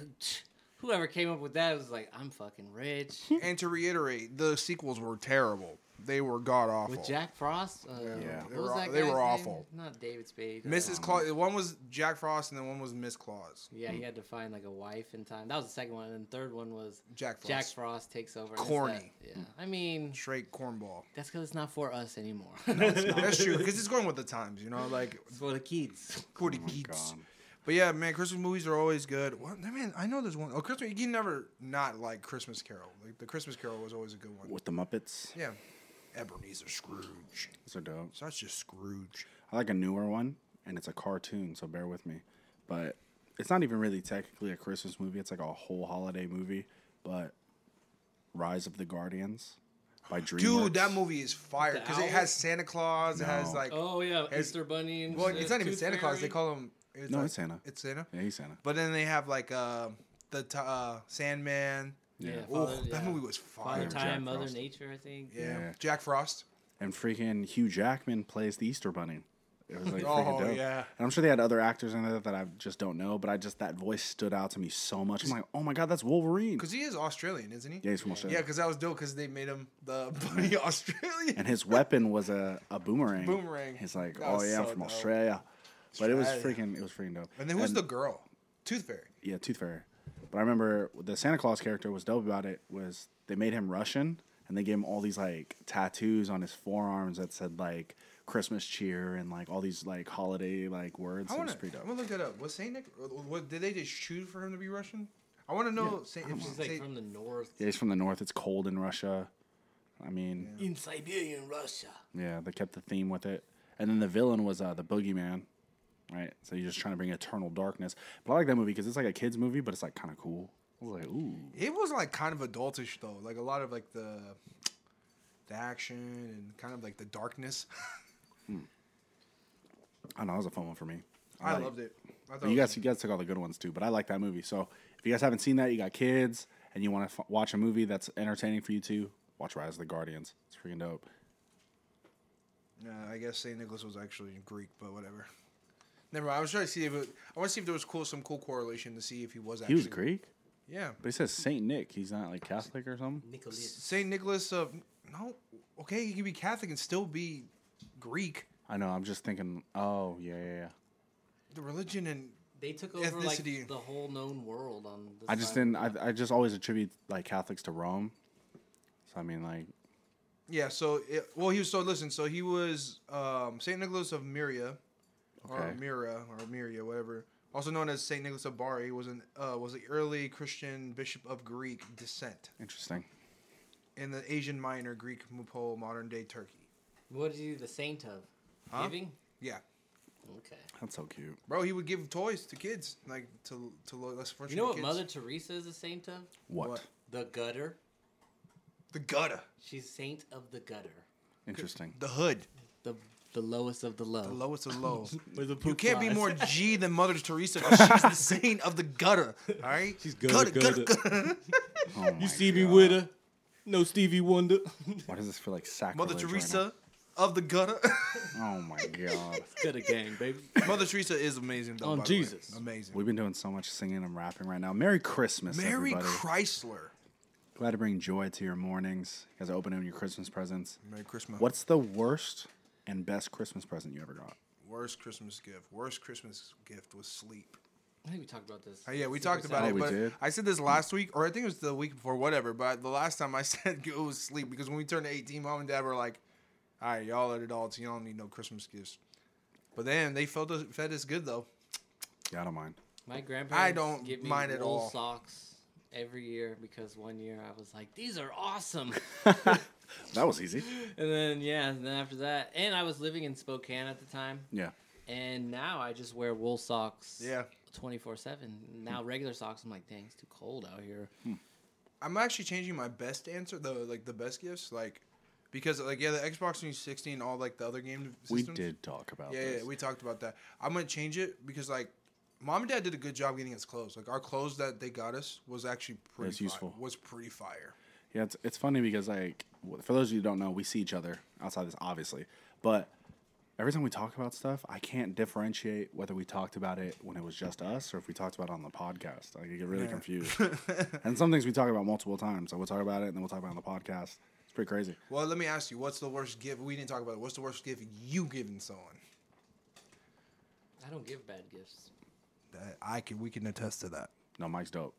[SPEAKER 1] whoever came up with that was like, I'm fucking rich.
[SPEAKER 3] And to reiterate, the sequels were terrible. They were god awful.
[SPEAKER 1] With Jack Frost, uh,
[SPEAKER 2] Yeah.
[SPEAKER 1] what
[SPEAKER 3] They
[SPEAKER 1] was
[SPEAKER 3] were-
[SPEAKER 1] that
[SPEAKER 3] they were
[SPEAKER 1] guy's name?
[SPEAKER 3] awful.
[SPEAKER 1] Not David Spade. uh,
[SPEAKER 3] Mrs. Claus. One was Jack Frost, and then one was Miss Claus.
[SPEAKER 1] yeah, he had to find like a wife in time. That was the second one, and then the third one was
[SPEAKER 3] Jack Frost.
[SPEAKER 1] Jack Frost takes over. and it's
[SPEAKER 3] Corny.
[SPEAKER 1] that- Yeah, I mean
[SPEAKER 3] Straight cornball.
[SPEAKER 1] that's because it's not for us anymore.
[SPEAKER 3] That's true because it's going with the times, you know, like
[SPEAKER 1] it's for the kids.
[SPEAKER 3] Cody
[SPEAKER 2] Oh my
[SPEAKER 3] Geats.
[SPEAKER 2] God.
[SPEAKER 3] But yeah, man, Christmas movies are always good. What I mean, I know there's one. Oh, Christmas. You can never not like Christmas Carol. Like the Christmas Carol was always a good one.
[SPEAKER 2] With the Muppets.
[SPEAKER 3] Yeah, Ebenezer Scrooge.
[SPEAKER 2] Those are dope.
[SPEAKER 3] Such a Scrooge.
[SPEAKER 2] I like a newer one, and it's a cartoon, so bear with me. But it's not even really technically a Christmas movie. It's like a whole holiday movie. But Rise of the Guardians by DreamWorks.
[SPEAKER 3] Dude, that movie is fire
[SPEAKER 1] The
[SPEAKER 3] because it
[SPEAKER 1] owl?
[SPEAKER 3] has Santa Claus. It has
[SPEAKER 2] No.
[SPEAKER 3] like
[SPEAKER 1] Oh yeah,
[SPEAKER 3] It's-
[SPEAKER 1] Easter Bunny. And
[SPEAKER 3] well,
[SPEAKER 1] shit,
[SPEAKER 3] it's not even
[SPEAKER 1] Tooth
[SPEAKER 3] Santa Claus. They
[SPEAKER 1] Fairy.
[SPEAKER 3] call him. It's
[SPEAKER 2] No,
[SPEAKER 3] like-
[SPEAKER 2] it's Santa.
[SPEAKER 3] It's Santa.
[SPEAKER 2] Yeah, he's Santa.
[SPEAKER 3] But then they have like uh, the t- uh, Sandman.
[SPEAKER 1] yeah,
[SPEAKER 2] Yeah.
[SPEAKER 3] Oh,
[SPEAKER 1] Father, yeah.
[SPEAKER 3] that movie was
[SPEAKER 1] Father
[SPEAKER 3] fire.
[SPEAKER 2] Jack
[SPEAKER 1] Time, Mother
[SPEAKER 2] Frost.
[SPEAKER 1] Nature, I think.
[SPEAKER 3] Yeah.
[SPEAKER 2] Yeah.
[SPEAKER 3] Jack Frost.
[SPEAKER 2] And freaking Hugh Jackman plays the Easter Bunny. It was like freaking
[SPEAKER 3] Oh,
[SPEAKER 2] dope.
[SPEAKER 3] yeah.
[SPEAKER 2] And I'm sure they had other actors in there that I just don't know, but I just that voice stood out to me so much. I'm like, oh my god, that's Wolverine.
[SPEAKER 3] Because he is Australian, isn't he?
[SPEAKER 2] Yeah, he's from Australia.
[SPEAKER 3] Yeah, because that was dope because they made him the bunny Australian.
[SPEAKER 2] and his weapon was a, a boomerang.
[SPEAKER 3] Boomerang.
[SPEAKER 2] He's like,
[SPEAKER 3] That
[SPEAKER 2] oh
[SPEAKER 3] was
[SPEAKER 2] yeah, I'm
[SPEAKER 3] so
[SPEAKER 2] from
[SPEAKER 3] dope.
[SPEAKER 2] Australia. But it was
[SPEAKER 3] Right.
[SPEAKER 2] freaking it was freaking dope.
[SPEAKER 3] And then who's the girl? Tooth Fairy.
[SPEAKER 2] yeah Tooth Fairy? But I remember the Santa Claus character was dope about it was they made him Russian and they gave him all these like tattoos on his forearms that said like Christmas cheer and like all these like holiday like words.
[SPEAKER 3] I
[SPEAKER 2] it
[SPEAKER 3] want
[SPEAKER 2] was
[SPEAKER 3] to.
[SPEAKER 2] pretty dope.
[SPEAKER 3] I'm gonna look that up. Was Saint Nick? What did they just shoot for him to be Russian? I want to know. Saint, if
[SPEAKER 1] She's
[SPEAKER 3] Saint,
[SPEAKER 1] like from the north.
[SPEAKER 2] Yeah, he's from the north. It's cold in Russia. I mean,
[SPEAKER 1] In Siberian Russia.
[SPEAKER 2] yeah. they kept the theme with it. And then the villain was uh, the boogeyman, right? So you're just trying to bring eternal darkness. But I like that movie because it's like a kids movie, but it's like kind of cool. I was like, ooh,
[SPEAKER 3] it was like kind of adultish though. Like a lot of like the the action and kind of like the darkness.
[SPEAKER 2] I don't know, that was a fun one for me.
[SPEAKER 3] I
[SPEAKER 2] like-
[SPEAKER 3] loved it. I
[SPEAKER 2] But you guys, you guys took all the good ones too. But I like that movie. So if you guys haven't seen that, you got kids and you want to f- watch a movie that's entertaining for you too, watch Rise of the Guardians. It's freaking dope.
[SPEAKER 3] Uh, I guess Saint Nicholas was actually Greek, but whatever. Never. mind. I was trying to see if it, I want to see if there was cool some cool correlation to see if he was actually
[SPEAKER 2] He was Greek,
[SPEAKER 3] Yeah.
[SPEAKER 2] but he says Saint Nick. He's not like Catholic or something.
[SPEAKER 1] Nicholas.
[SPEAKER 3] Saint Nicholas of no. Okay, he could be Catholic and still be Greek.
[SPEAKER 2] I know. I'm just thinking. Oh yeah, yeah, yeah.
[SPEAKER 3] The religion and
[SPEAKER 1] They took over like
[SPEAKER 3] Ethnicity.
[SPEAKER 1] the whole known world on this
[SPEAKER 2] I just
[SPEAKER 1] side.
[SPEAKER 2] didn't. I, I just always attribute like Catholics to Rome. So I mean, like,
[SPEAKER 3] Yeah, so it, well, he was so listen. So he was um, Saint Nicholas of Myria, or
[SPEAKER 2] Okay.
[SPEAKER 3] Myra, or Myria, whatever, also known as Saint Nicholas of Bari, was an uh, was the early Christian bishop of Greek descent
[SPEAKER 2] interesting.
[SPEAKER 3] in the Asian Minor, Greek Mupo, modern day Turkey.
[SPEAKER 1] What is he the saint of?
[SPEAKER 3] Huh?
[SPEAKER 1] Giving?
[SPEAKER 3] Yeah,
[SPEAKER 1] Okay.
[SPEAKER 2] That's so cute.
[SPEAKER 3] bro, he would give toys to kids, like to to lo- less fortunate
[SPEAKER 1] You know what
[SPEAKER 3] kids.
[SPEAKER 1] Mother Teresa is a saint of?
[SPEAKER 2] What?
[SPEAKER 3] What?
[SPEAKER 1] The gutter.
[SPEAKER 3] The gutter,
[SPEAKER 1] She's saint of the gutter.
[SPEAKER 2] Interesting.
[SPEAKER 3] the hood,
[SPEAKER 1] The the lowest of the low.
[SPEAKER 3] the lowest of low.
[SPEAKER 1] Where the
[SPEAKER 3] You
[SPEAKER 1] poop
[SPEAKER 3] can't be
[SPEAKER 1] flies.
[SPEAKER 3] more G than Mother Teresa. 'cause She's the saint of the gutter. All right, she's
[SPEAKER 1] gutter, gutter.
[SPEAKER 3] gutter.
[SPEAKER 2] Oh my God.
[SPEAKER 1] her. No Stevie Wonder.
[SPEAKER 2] Why does this feel like sacrilege?
[SPEAKER 3] Mother
[SPEAKER 2] right now?
[SPEAKER 3] Teresa of the gutter.
[SPEAKER 2] oh my god.
[SPEAKER 1] Gutter gang, baby.
[SPEAKER 3] Mother Teresa is amazing, though.
[SPEAKER 1] On
[SPEAKER 3] by the way.
[SPEAKER 1] Jesus.
[SPEAKER 3] Amazing.
[SPEAKER 2] We've been doing so much singing and rapping right now. Merry Christmas,
[SPEAKER 3] Mary
[SPEAKER 2] everybody.
[SPEAKER 3] Chrysler.
[SPEAKER 2] Glad to bring joy to your mornings as I open up your Christmas presents.
[SPEAKER 3] Merry Christmas.
[SPEAKER 2] What's the worst and best Christmas present you ever got?
[SPEAKER 3] worst Christmas gift? Worst Christmas gift was sleep.
[SPEAKER 1] I think we talked about this.
[SPEAKER 3] Uh, yeah, we talked about
[SPEAKER 2] Oh,
[SPEAKER 3] it,
[SPEAKER 2] we
[SPEAKER 3] but
[SPEAKER 2] did?
[SPEAKER 3] I said this last week, or I think it was the week before, whatever. But the last time I said it was sleep because when we turned 18, mom and dad were like, "All right, y'all are adults, you don't need no Christmas gifts." But then they felt us, fed us good though.
[SPEAKER 2] Yeah, I don't mind.
[SPEAKER 1] My grandparents
[SPEAKER 3] I don't
[SPEAKER 1] give me
[SPEAKER 3] mind at
[SPEAKER 1] wool
[SPEAKER 3] all.
[SPEAKER 1] socks every year because one year I was like, these are awesome.
[SPEAKER 2] That was easy.
[SPEAKER 1] and then, yeah, and then after that, and I was living in Spokane at the time.
[SPEAKER 2] Yeah.
[SPEAKER 1] And now I just wear wool socks
[SPEAKER 3] Yeah.
[SPEAKER 1] 24 7. Now regular socks, I'm like, dang, it's too cold out here.
[SPEAKER 3] I'm actually changing my best answer, the like the best gifts, like because like yeah, the Xbox 360 and all like the other game
[SPEAKER 2] We
[SPEAKER 3] systems.
[SPEAKER 2] did talk about
[SPEAKER 3] Yeah,
[SPEAKER 2] this.
[SPEAKER 3] yeah, we talked about that. I'm gonna change it because like mom and dad did a good job getting us clothes. Like our clothes that they got us was actually pretty
[SPEAKER 2] That's
[SPEAKER 3] fi-
[SPEAKER 2] useful.
[SPEAKER 3] Was pretty fire.
[SPEAKER 2] Yeah, it's, it's funny because like w- for those of you who don't know, we see each other outside this, obviously, but every time we talk about stuff, I can't differentiate whether we talked about it when it was just us or if we talked about it on the podcast. Like, I get really confused. and some things we talk about multiple times. So we'll talk about it and then we'll talk about it on the podcast. It's pretty crazy.
[SPEAKER 3] Well, let me ask you, what's the worst gift? We didn't talk about it. What's the worst gift you given someone?
[SPEAKER 1] I don't give bad gifts.
[SPEAKER 3] That I can we can attest to that.
[SPEAKER 2] No, Mike's dope.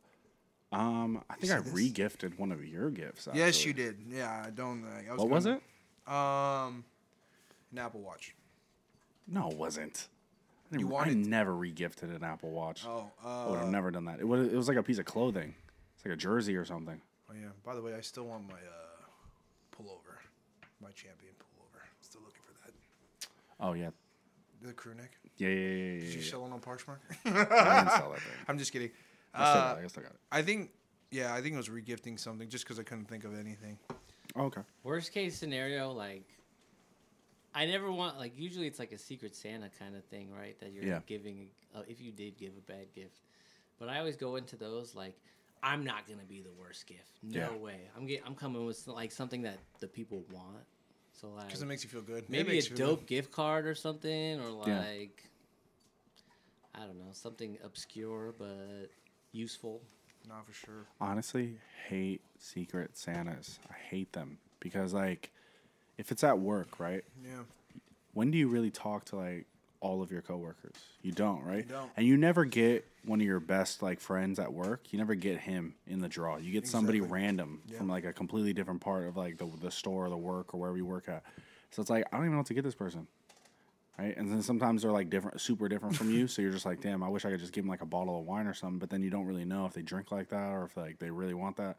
[SPEAKER 2] Um, I think I
[SPEAKER 3] this?
[SPEAKER 2] regifted one of your gifts. Actually.
[SPEAKER 3] Yes, you did. Yeah, I don't. Like, I was
[SPEAKER 2] What was
[SPEAKER 3] gonna-
[SPEAKER 2] it?
[SPEAKER 3] Um, an Apple Watch.
[SPEAKER 2] No, it wasn't. I, didn't-
[SPEAKER 3] You
[SPEAKER 2] I
[SPEAKER 3] wanted-
[SPEAKER 2] never regifted an Apple Watch.
[SPEAKER 3] Oh, uh,
[SPEAKER 2] I would have never done that. It was, it was like a piece of clothing. It's like a jersey or something.
[SPEAKER 3] Oh yeah. By the way, I still want my uh, pullover, my champion pullover. Still looking for that.
[SPEAKER 2] Oh yeah,
[SPEAKER 3] The crew neck.
[SPEAKER 2] yeah, yeah, yeah. yeah,
[SPEAKER 3] Did you
[SPEAKER 2] yeah.
[SPEAKER 3] sell it on Parchmark?
[SPEAKER 2] I didn't sell that thing.
[SPEAKER 3] I'm just kidding.
[SPEAKER 2] I still, got
[SPEAKER 3] Uh,
[SPEAKER 2] it. I still got it.
[SPEAKER 3] I think, yeah, I think it was regifting something just because I couldn't think of anything.
[SPEAKER 2] Oh, okay.
[SPEAKER 1] Worst case scenario, like I never want like usually it's like a secret Santa kind of thing, right? That you're
[SPEAKER 2] Yeah.
[SPEAKER 1] giving uh, if you did give a bad gift, but I always go into those like I'm not gonna be the worst gift, no
[SPEAKER 2] Yeah.
[SPEAKER 1] way. I'm get, I'm coming with like something that the people want, so like
[SPEAKER 3] Because it makes you feel good. It
[SPEAKER 1] maybe a
[SPEAKER 3] makes you feel
[SPEAKER 1] dope gift card or something, or like
[SPEAKER 2] Yeah.
[SPEAKER 1] I don't know something obscure but useful.
[SPEAKER 3] good. Nah, for sure.
[SPEAKER 2] Honestly, hate secret Santas. I hate them because like, if it's at work, right?
[SPEAKER 3] Yeah.
[SPEAKER 2] When do you really talk to like all of your coworkers. You don't, right?
[SPEAKER 3] You don't.
[SPEAKER 2] And you never get one of your best like friends at work. You never get him in the draw. You get somebody
[SPEAKER 3] Exactly.
[SPEAKER 2] random from like a completely different part of like the, the store or the work or wherever you work at. So it's like I don't even know what to get this person. Right? And then sometimes they're like different super different from you. So you're just like, damn, I wish I could just give them like a bottle of wine or something, but then you don't really know if they drink like that or if like they really want that.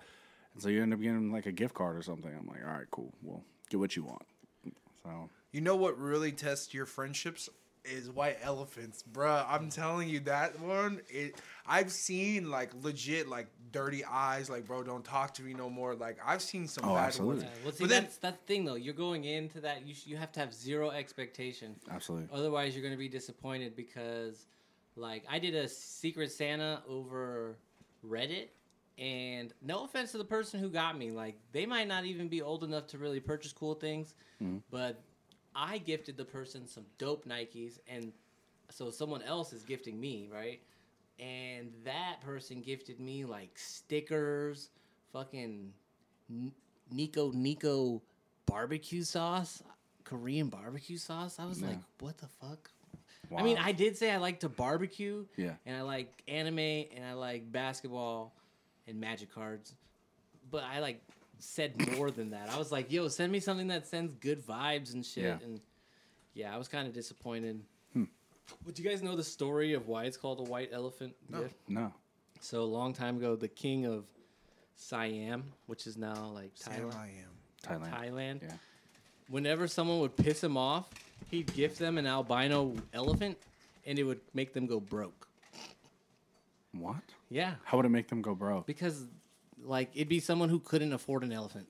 [SPEAKER 2] And so you end up getting them, like a gift card or something. I'm like, all right, cool. Well, get what you want. So
[SPEAKER 3] You know what really tests your friendships is white elephants, bruh. I'm telling you that one. It I've seen like legit like dirty eyes, like bro, don't talk to me no more. Like I've seen some
[SPEAKER 2] Oh,
[SPEAKER 3] bad
[SPEAKER 2] absolutely.
[SPEAKER 3] ones.
[SPEAKER 1] Yeah, well, see,
[SPEAKER 3] but then
[SPEAKER 1] that's that's the thing though. You're going into that. You sh- you have to have zero expectation.
[SPEAKER 2] absolutely.
[SPEAKER 1] Otherwise, you're going to be disappointed because, like, I did a Secret Santa over Reddit, and no offense to the person who got me, like, they might not even be old enough to really purchase cool things, but I gifted the person some dope Nikes, and so someone else is gifting me, right? And that person gifted me like stickers, fucking N- Nico Nico barbecue sauce, Korean barbecue sauce. I was
[SPEAKER 2] Yeah.
[SPEAKER 1] like, what the fuck? I mean,
[SPEAKER 2] Wow.
[SPEAKER 1] I did say I like to barbecue.
[SPEAKER 2] Yeah.
[SPEAKER 1] And I like anime and I like basketball and magic cards. But I like said more than that. I was like, yo, send me something that sends good vibes and shit.
[SPEAKER 2] Yeah. Hmm.
[SPEAKER 1] And yeah, I was kind of disappointed. But do you guys know the story of why it's called a white elephant? No.
[SPEAKER 2] No.
[SPEAKER 1] So a long time ago, the king of Siam, which is now like
[SPEAKER 3] Damn,
[SPEAKER 1] Thailand,
[SPEAKER 3] I am.
[SPEAKER 2] Thailand.
[SPEAKER 1] Thailand.
[SPEAKER 2] Yeah.
[SPEAKER 1] Whenever someone would piss him off, he'd gift them an albino elephant, and it would make them go broke.
[SPEAKER 2] What?
[SPEAKER 1] Yeah,
[SPEAKER 2] How would it make them go broke?
[SPEAKER 1] because like it'd be someone who couldn't afford an elephant,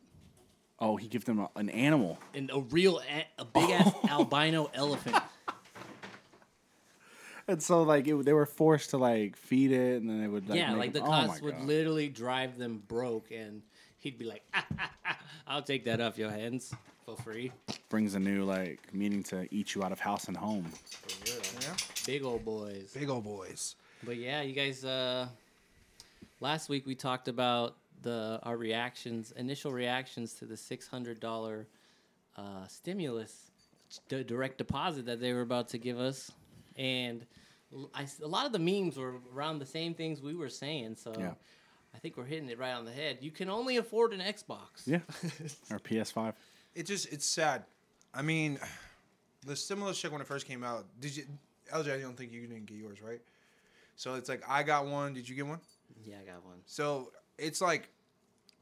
[SPEAKER 2] Oh, he gave them a, an animal.
[SPEAKER 1] and a real, a- a big ass albino elephant.
[SPEAKER 2] And so, like, it, they were forced to like feed it, and then they would like
[SPEAKER 1] yeah,
[SPEAKER 2] make
[SPEAKER 1] like the
[SPEAKER 2] them-
[SPEAKER 1] cost
[SPEAKER 2] my
[SPEAKER 1] would
[SPEAKER 2] God.
[SPEAKER 1] literally drive them broke, and he'd be like, ah, ah, ah, "I'll take that off your hands for free."
[SPEAKER 2] brings a new like meaning to eat you out of house and home.
[SPEAKER 3] Yeah.
[SPEAKER 1] Big old boys.
[SPEAKER 3] Big old boys.
[SPEAKER 1] But yeah, you guys. Uh, last week we talked about the our reactions, initial reactions to the six hundred dollar uh, stimulus d- direct deposit that they were about to give us, and l- I s- a lot of the memes were around the same things we were saying. So
[SPEAKER 2] Yeah.
[SPEAKER 1] I think we're hitting it right on the head. You can only afford an Xbox.
[SPEAKER 2] Yeah, or PS Five.
[SPEAKER 3] It just it's sad. I mean, the stimulus check when it first came out. Did you, LJ? I don't think you didn't get yours, right? So it's like I got one. Did you get one?
[SPEAKER 1] yeah, I got one.
[SPEAKER 3] So it's like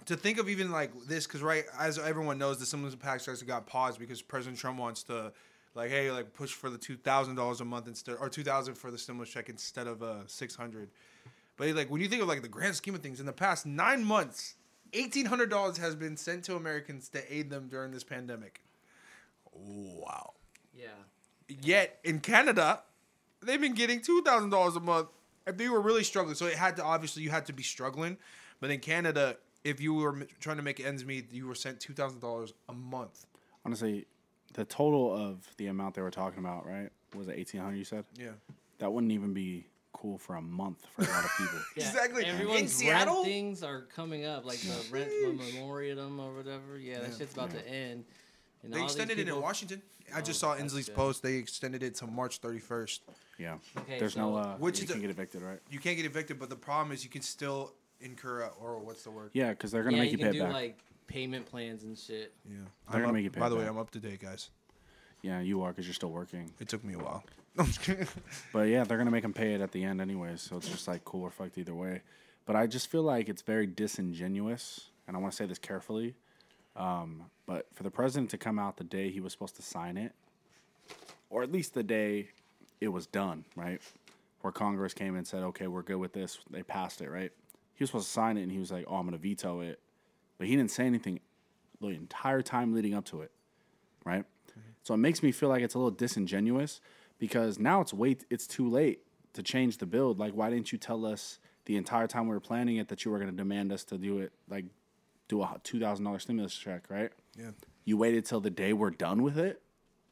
[SPEAKER 3] to think of even like this because right as everyone knows, the stimulus package actually got paused because President Trump wants to like hey like push for the two thousand dollars a month instead or two thousand for the stimulus check instead of uh six hundred. But like when you think of like the grand scheme of things, in the past nine months, eighteen hundred dollars has been sent to Americans to aid them during this pandemic. Wow.
[SPEAKER 1] Yeah,
[SPEAKER 3] Yet in Canada, they've been getting two thousand dollars a month if they were really struggling. So it had to obviously you had to be struggling, but in Canada, if you were m- trying to make ends meet, you were sent two thousand dollars a month.
[SPEAKER 2] Honestly, the total of the amount they were talking about, right, was it eighteen hundred? You said
[SPEAKER 3] Yeah,
[SPEAKER 2] that wouldn't even be cool for a month for a lot of people.
[SPEAKER 1] Yeah,
[SPEAKER 3] Exactly. In
[SPEAKER 1] Everyone's rent
[SPEAKER 3] Seattle?
[SPEAKER 1] things are coming up, like the rent memoriam or whatever. Yeah, that shit's about to end. And
[SPEAKER 3] they
[SPEAKER 1] all these
[SPEAKER 3] extended it in
[SPEAKER 1] people-
[SPEAKER 3] Washington. I just
[SPEAKER 1] Oh,
[SPEAKER 3] saw
[SPEAKER 1] that's
[SPEAKER 3] Inslee's
[SPEAKER 1] good.
[SPEAKER 3] post. They extended it to March thirty first.
[SPEAKER 2] Yeah,
[SPEAKER 1] Okay,
[SPEAKER 2] there's no
[SPEAKER 1] so-
[SPEAKER 2] uh,
[SPEAKER 3] Which
[SPEAKER 2] you
[SPEAKER 3] is a-
[SPEAKER 2] can get evicted, right?
[SPEAKER 3] You can't get evicted, but the problem is you can still incur a, or what's the word?
[SPEAKER 2] Yeah, because they're gonna
[SPEAKER 1] yeah,
[SPEAKER 2] make you,
[SPEAKER 1] can
[SPEAKER 2] pay
[SPEAKER 1] do
[SPEAKER 2] it back.
[SPEAKER 1] like payment plans and shit.
[SPEAKER 3] Yeah,
[SPEAKER 2] gonna
[SPEAKER 3] up-
[SPEAKER 2] make you pay
[SPEAKER 3] By
[SPEAKER 2] it
[SPEAKER 3] the way,
[SPEAKER 2] back.
[SPEAKER 3] I'm up to date, guys.
[SPEAKER 2] yeah, you are because you're still working.
[SPEAKER 3] It took me a while. I'm just kidding.
[SPEAKER 2] But yeah, they're gonna make them pay it at the end anyway, so it's just like cool or fucked either way. But I just feel like it's very disingenuous, and I want to say this carefully. Um, but for the president to come out the day he was supposed to sign it, or at least the day it was done, right? Where Congress came and said, "Okay, we're good with this." They passed it, right? He was supposed to sign it, and he was like, "Oh, I'm gonna veto it," but he didn't say anything the entire time leading up to it right? So it makes me feel like it's a little disingenuous because now it's wait it's too late to change the build. Like why didn't you tell us the entire time we were planning it that you were going to demand us to do it like do a $2000 stimulus check, right?
[SPEAKER 3] yeah.
[SPEAKER 2] You waited till the day we're done with it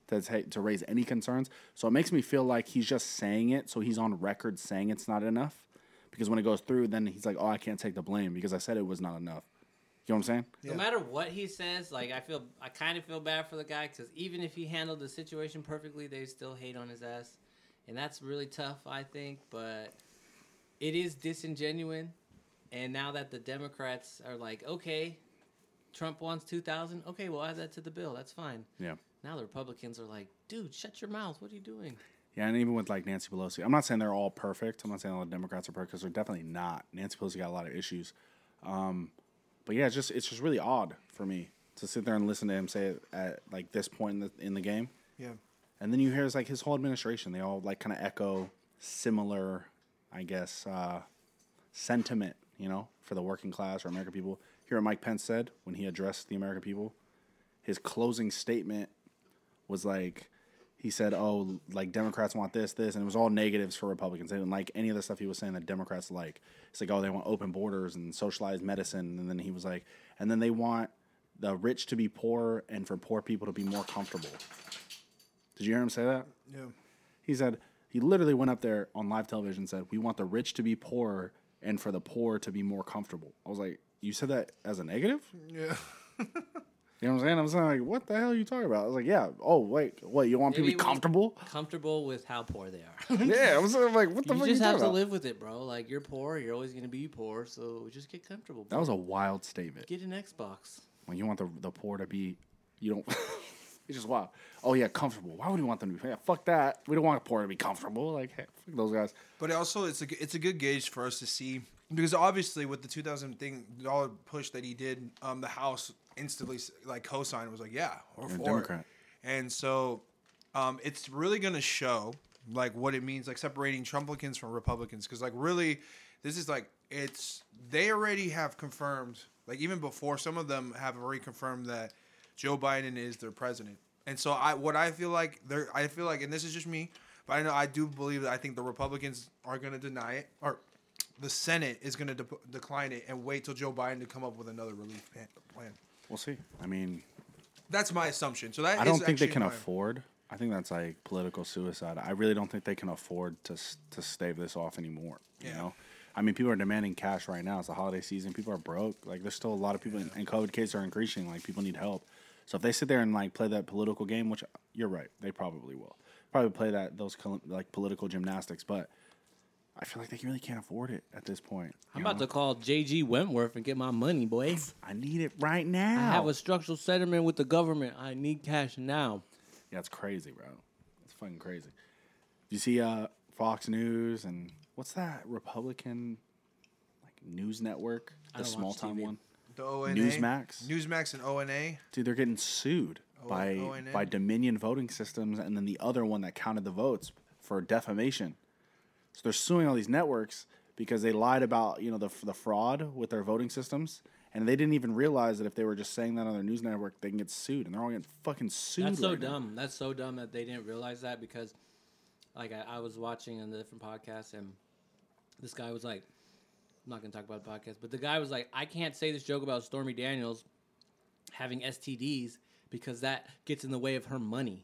[SPEAKER 2] to ta- to raise any concerns. So it makes me feel like he's just saying it so he's on record saying it's not enough because when it goes through then he's like, "Oh, I can't take the blame because I said it was not enough." You know what I'm saying?
[SPEAKER 3] Yeah.
[SPEAKER 1] No matter what he says, like I feel, I kind of feel bad for the guy because even if he handled the situation perfectly, they still hate on his ass. and that's really tough, I think. But it is disingenuous. And now that the Democrats are like, okay, Trump wants two thousand, okay, we'll add that to the bill. That's fine.
[SPEAKER 2] Yeah.
[SPEAKER 1] Now the Republicans are like, dude, shut your mouth. What are you doing?
[SPEAKER 2] Yeah, and even with like Nancy Pelosi, I'm not saying they're all perfect. I'm not saying all the Democrats are perfect because they're definitely not. Nancy Pelosi got a lot of issues, um, but yeah, it's just it's just really odd for me to sit there and listen to him say it at like this point in the, in the game,
[SPEAKER 3] Yeah.
[SPEAKER 2] and then you hear it's like his whole administration. They all like kind of echo similar, I guess, uh, sentiment. You know, for the working class or American people. Here, Mike Pence said when he addressed the American people, his closing statement was like he said, "Oh, like Democrats want this, this," and it was all negatives for Republicans. They didn't like any of the stuff he was saying that Democrats like. It's like, "Oh, they want open borders and socialized medicine," and then he was like, "And then they want the rich to be poor and for poor people to be more comfortable." Did you hear him say that?
[SPEAKER 3] Yeah.
[SPEAKER 2] He said he literally went up there on live television and said, "We want the rich to be poor and for the poor to be more comfortable." I was like, "You said that as a negative?"
[SPEAKER 3] Yeah.
[SPEAKER 2] You know what I'm saying? I'm saying like, "What the hell are you talking about?" I was like, "Yeah, oh wait, what you want
[SPEAKER 1] Maybe
[SPEAKER 2] people to
[SPEAKER 1] we-
[SPEAKER 2] be comfortable?"
[SPEAKER 1] Comfortable with how poor they are.
[SPEAKER 2] Yeah, I'm sort of like, what the
[SPEAKER 1] you
[SPEAKER 2] fuck
[SPEAKER 1] just
[SPEAKER 2] you
[SPEAKER 1] have
[SPEAKER 2] talking
[SPEAKER 1] to
[SPEAKER 2] about?
[SPEAKER 1] live with it, bro. Like you're poor, you're always gonna be poor, so just get comfortable.
[SPEAKER 2] That was a wild statement.
[SPEAKER 1] Get an Xbox.
[SPEAKER 2] When you want the the poor to be, you don't. it's just wild. Oh yeah, comfortable. Why would you want them to be? Yeah, fuck that. We don't want the poor to be comfortable. Like hey, fuck those guys.
[SPEAKER 3] But also, it's a g- it's a good gauge for us to see because obviously with the 2000 thing dollar push that he did, um, the House instantly s- like co-signed was like, yeah, or
[SPEAKER 2] You're a
[SPEAKER 3] for
[SPEAKER 2] Democrat.
[SPEAKER 3] it. And so, um, it's really gonna show like what it means, like separating Trumplicans from Republicans, because like really, this is like it's they already have confirmed, like even before some of them have already confirmed that Joe Biden is their president. And so I what I feel like there I feel like and this is just me, but I know I do believe that I think the Republicans are going to deny it or the Senate is going to de- decline it and wait till Joe Biden to come up with another relief pan- plan.
[SPEAKER 2] We'll see. I mean,
[SPEAKER 3] That's my assumption. So that
[SPEAKER 2] I don't
[SPEAKER 3] is
[SPEAKER 2] think they
[SPEAKER 3] actually
[SPEAKER 2] can
[SPEAKER 3] my-
[SPEAKER 2] afford. I think that's like political suicide. I really don't think they can afford to s- to stave this off anymore. You
[SPEAKER 3] Yeah.
[SPEAKER 2] know, I mean, people are demanding cash right now. It's the holiday season. People are broke. Like, there's still a lot of people, and- and COVID cases are increasing. Like, people need help. So if they sit there and like play that political game, which you're right, they probably will. Probably play that those col- like political gymnastics, but I feel like they really can't afford it at this point.
[SPEAKER 1] I'm
[SPEAKER 2] you
[SPEAKER 1] about
[SPEAKER 2] know?
[SPEAKER 1] to call JG Wentworth and get my money, boy.
[SPEAKER 2] I need it right now.
[SPEAKER 1] I have a structural settlement with the government. I need cash now.
[SPEAKER 2] Yeah, it's crazy, bro. It's fucking crazy. You see, uh, Fox News and what's that Republican like news network?
[SPEAKER 1] I
[SPEAKER 2] The
[SPEAKER 1] don't watch
[SPEAKER 2] small time
[SPEAKER 1] TV.
[SPEAKER 2] one.
[SPEAKER 3] the ONA,
[SPEAKER 2] Newsmax?
[SPEAKER 3] Newsmax and ONA.
[SPEAKER 2] Dude, they're getting sued
[SPEAKER 3] O-
[SPEAKER 2] by
[SPEAKER 3] ONN?
[SPEAKER 2] by Dominion Voting Systems, and then the other one that counted the votes for defamation. So they're suing all these networks because they lied about you know the the fraud with their voting systems, and they didn't even realize that if they were just saying that on their news network, they can get sued, and they're all getting fucking sued.
[SPEAKER 1] That's so
[SPEAKER 2] right now.
[SPEAKER 1] dumb. That's so dumb that they didn't realize that because, like, I, I was watching on the different podcast and this guy was like, I'm not going to talk about the podcast, but the guy was like, I can't say this joke about Stormy Daniels having STDs because that gets in the way of her money.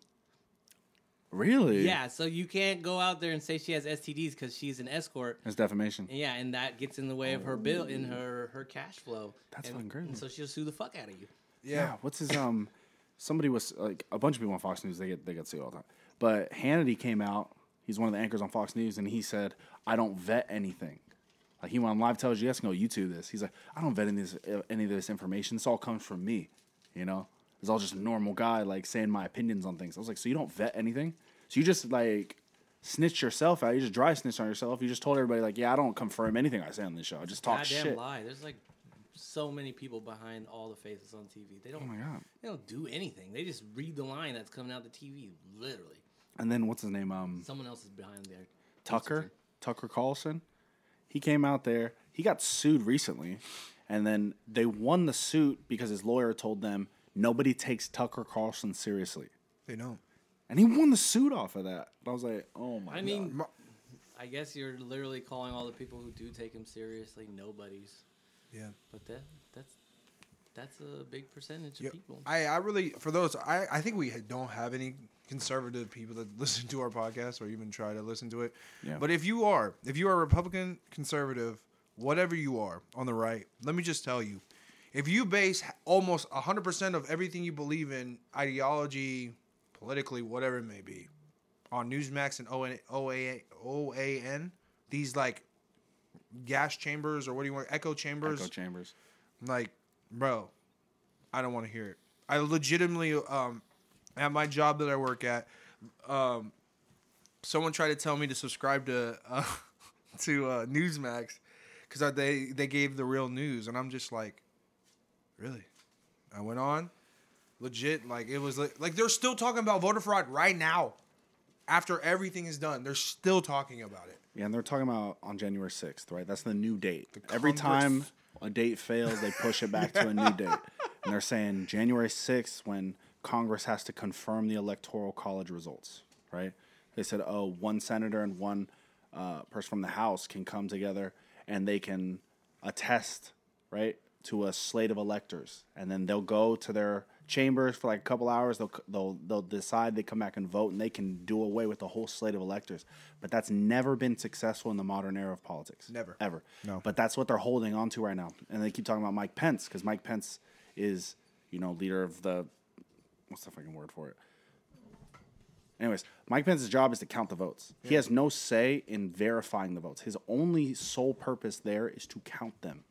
[SPEAKER 2] Really?
[SPEAKER 1] Yeah, so you can't go out there and say she has STDs because she's an escort.
[SPEAKER 2] That's defamation.
[SPEAKER 1] Yeah, and that gets in the way of her bill in her her cash flow.
[SPEAKER 2] Oh. That's
[SPEAKER 1] and,
[SPEAKER 2] fucking crazy.
[SPEAKER 1] And so she'll sue the fuck out of you.
[SPEAKER 2] Yeah. What's his um? Somebody was like a bunch of people on Fox News. They get they get sued all the time. But Hannity came out. He's one of the anchors on Fox News, and he said, "I don't vet anything." Like he went on live television. Yes, no, you do this. He's like, "I don't vet any of this, uh, any of this information. This all comes from me." You know, it's all just a normal guy like saying my opinions on things. I was like, "So you don't vet anything? So you just like." Snitch yourself out. You just dry snitch on yourself. You just told everybody like, "Yeah, I don't confirm anything I say on this show. I just talk
[SPEAKER 1] Goddamn
[SPEAKER 2] shit."
[SPEAKER 1] lie. There's like so many people behind all the faces on TV. They don't.
[SPEAKER 2] Oh my god!
[SPEAKER 1] They don't do anything. They just read the line that's coming out the TV. Literally,
[SPEAKER 2] And then what's his name? Um,
[SPEAKER 1] someone else is behind there.
[SPEAKER 2] Tucker, Tucker Carlson. He came out there. He got sued recently, and then they won the suit because his lawyer told them nobody takes Tucker Carlson seriously,
[SPEAKER 3] They don't.
[SPEAKER 2] and he won the suit off of that. And I was like, oh my.
[SPEAKER 1] I mean,
[SPEAKER 3] Mo-
[SPEAKER 1] I guess you're literally calling all the people who do take him seriously nobodies.
[SPEAKER 3] Yeah.
[SPEAKER 1] But that that's that's a big percentage of
[SPEAKER 3] Yeah.
[SPEAKER 1] people.
[SPEAKER 3] I, I really for those I, I think we don't have any conservative people that listen to our podcast or even try to listen to it.
[SPEAKER 2] Yeah.
[SPEAKER 3] But if you are if you are a Republican conservative, whatever you are on the right, let me just tell you, if you base almost hundred percent of everything you believe in ideology, politically, whatever it may be, on Newsmax and ON OA, OAN, these like gas chambers or what do you want, echo chambers.
[SPEAKER 2] Echo chambers.
[SPEAKER 3] like, bro, I don't want to hear it. I legitimately, um, at my job that I work at, um, someone tried to tell me to subscribe to uh, to uh, Newsmax because they they gave the real news, and I'm just like, really? I went on, legit. Like it was like, like they're still talking about voter fraud right now. After everything is done, they're still talking about it.
[SPEAKER 2] Yeah, and they're talking about on January 6th, right? That's the new date. Every time a date fails, they push it back to a new date. And they're saying January 6th when Congress has to confirm the Electoral College results, right? They said, oh, one senator and one uh, person from the House can come together and they can attest, right, to a slate of electors. And then they'll go to their chambers for like a couple hours. They'll, they'll, they'll decide they come back and vote and they can do away with the whole slate of electors. But that's never been successful in the modern era of politics.
[SPEAKER 3] Never.
[SPEAKER 2] Ever.
[SPEAKER 3] No.
[SPEAKER 2] But that's what they're holding on to right now. And they keep talking about Mike Pence because Mike Pence is, you know, leader of the, what's the fucking word for it? Anyways, Mike Pence's job is to count the votes. He has no say in verifying the votes. His only sole purpose there is to count them.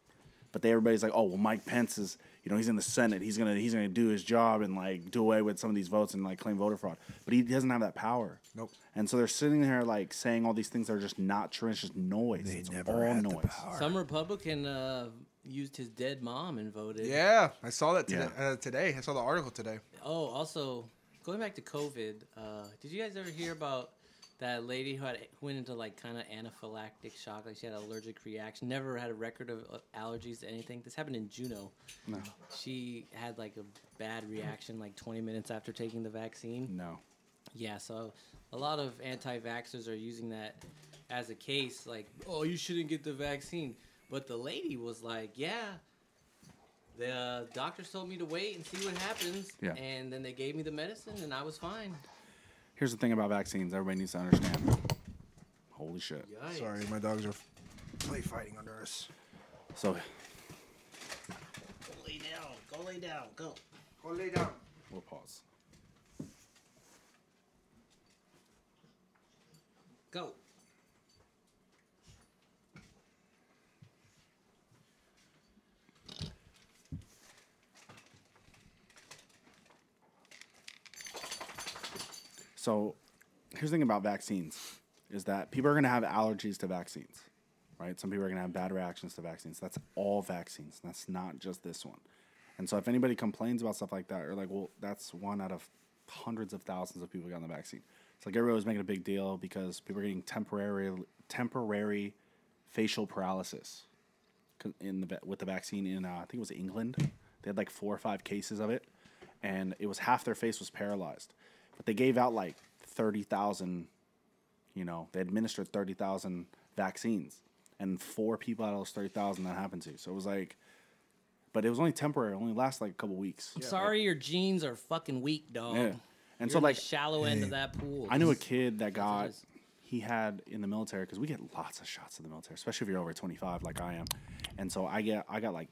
[SPEAKER 2] But they, everybody's like, oh well, Mike Pence is, you know, he's in the Senate. He's gonna he's gonna do his job and like do away with some of these votes and like claim voter fraud. But he doesn't have that power.
[SPEAKER 3] Nope.
[SPEAKER 2] And so they're sitting there like saying all these things that are just not true. It's just noise. it's all noise.
[SPEAKER 1] Some Republican uh, used his dead mom and voted.
[SPEAKER 3] Yeah, I saw that today.
[SPEAKER 2] Yeah.
[SPEAKER 3] Uh, today, I saw the article today.
[SPEAKER 1] Oh, also going back to COVID, uh, did you guys ever hear about that lady who had who went into like kind of anaphylactic shock, like she had an allergic reaction, never had a record of uh, allergies to anything. This happened in Juneau. No. She had like a bad reaction like 20 minutes after taking the vaccine.
[SPEAKER 2] No.
[SPEAKER 1] Yeah, so a lot of anti vaxxers are using that as a case, like, oh, you shouldn't get the vaccine. But the lady was like, yeah, the uh, doctors told me to wait and see what happens.
[SPEAKER 2] Yeah.
[SPEAKER 1] And then they gave me the medicine and I was fine.
[SPEAKER 2] Here's the thing about vaccines. Everybody needs to understand. Holy shit.
[SPEAKER 1] Yikes.
[SPEAKER 3] Sorry, my dogs are play fighting under us.
[SPEAKER 2] So
[SPEAKER 1] Go lay down. Go lay down. Go.
[SPEAKER 3] Go lay down.
[SPEAKER 2] we'll pause.
[SPEAKER 1] Go.
[SPEAKER 2] So here's the thing about vaccines is that people are going to have allergies to vaccines, right? Some people are going to have bad reactions to vaccines. That's all vaccines. That's not just this one. And so if anybody complains about stuff like that, or like, well, that's one out of hundreds of thousands of people who got the vaccine. It's like everybody was making a big deal because people are getting temporary temporary facial paralysis con- in the va- with the vaccine in uh, I think it was England. They had like four or five cases of it, and it was half their face was paralyzed. But they gave out like thirty thousand. You know, they administered thirty thousand vaccines, and four people out of those thirty thousand that happened to. So it was like, but it was only temporary. It only lasted like a couple weeks.
[SPEAKER 1] I'm sorry your genes are fucking weak, dog.
[SPEAKER 2] Yeah. And so
[SPEAKER 1] You're in
[SPEAKER 2] like
[SPEAKER 1] the shallow end of that pool.
[SPEAKER 2] I knew a kid that
[SPEAKER 1] what it
[SPEAKER 2] got
[SPEAKER 1] is.
[SPEAKER 2] he had in the military because we get lots of shots in the military, especially if you're over 25 like I am. And so I get I got like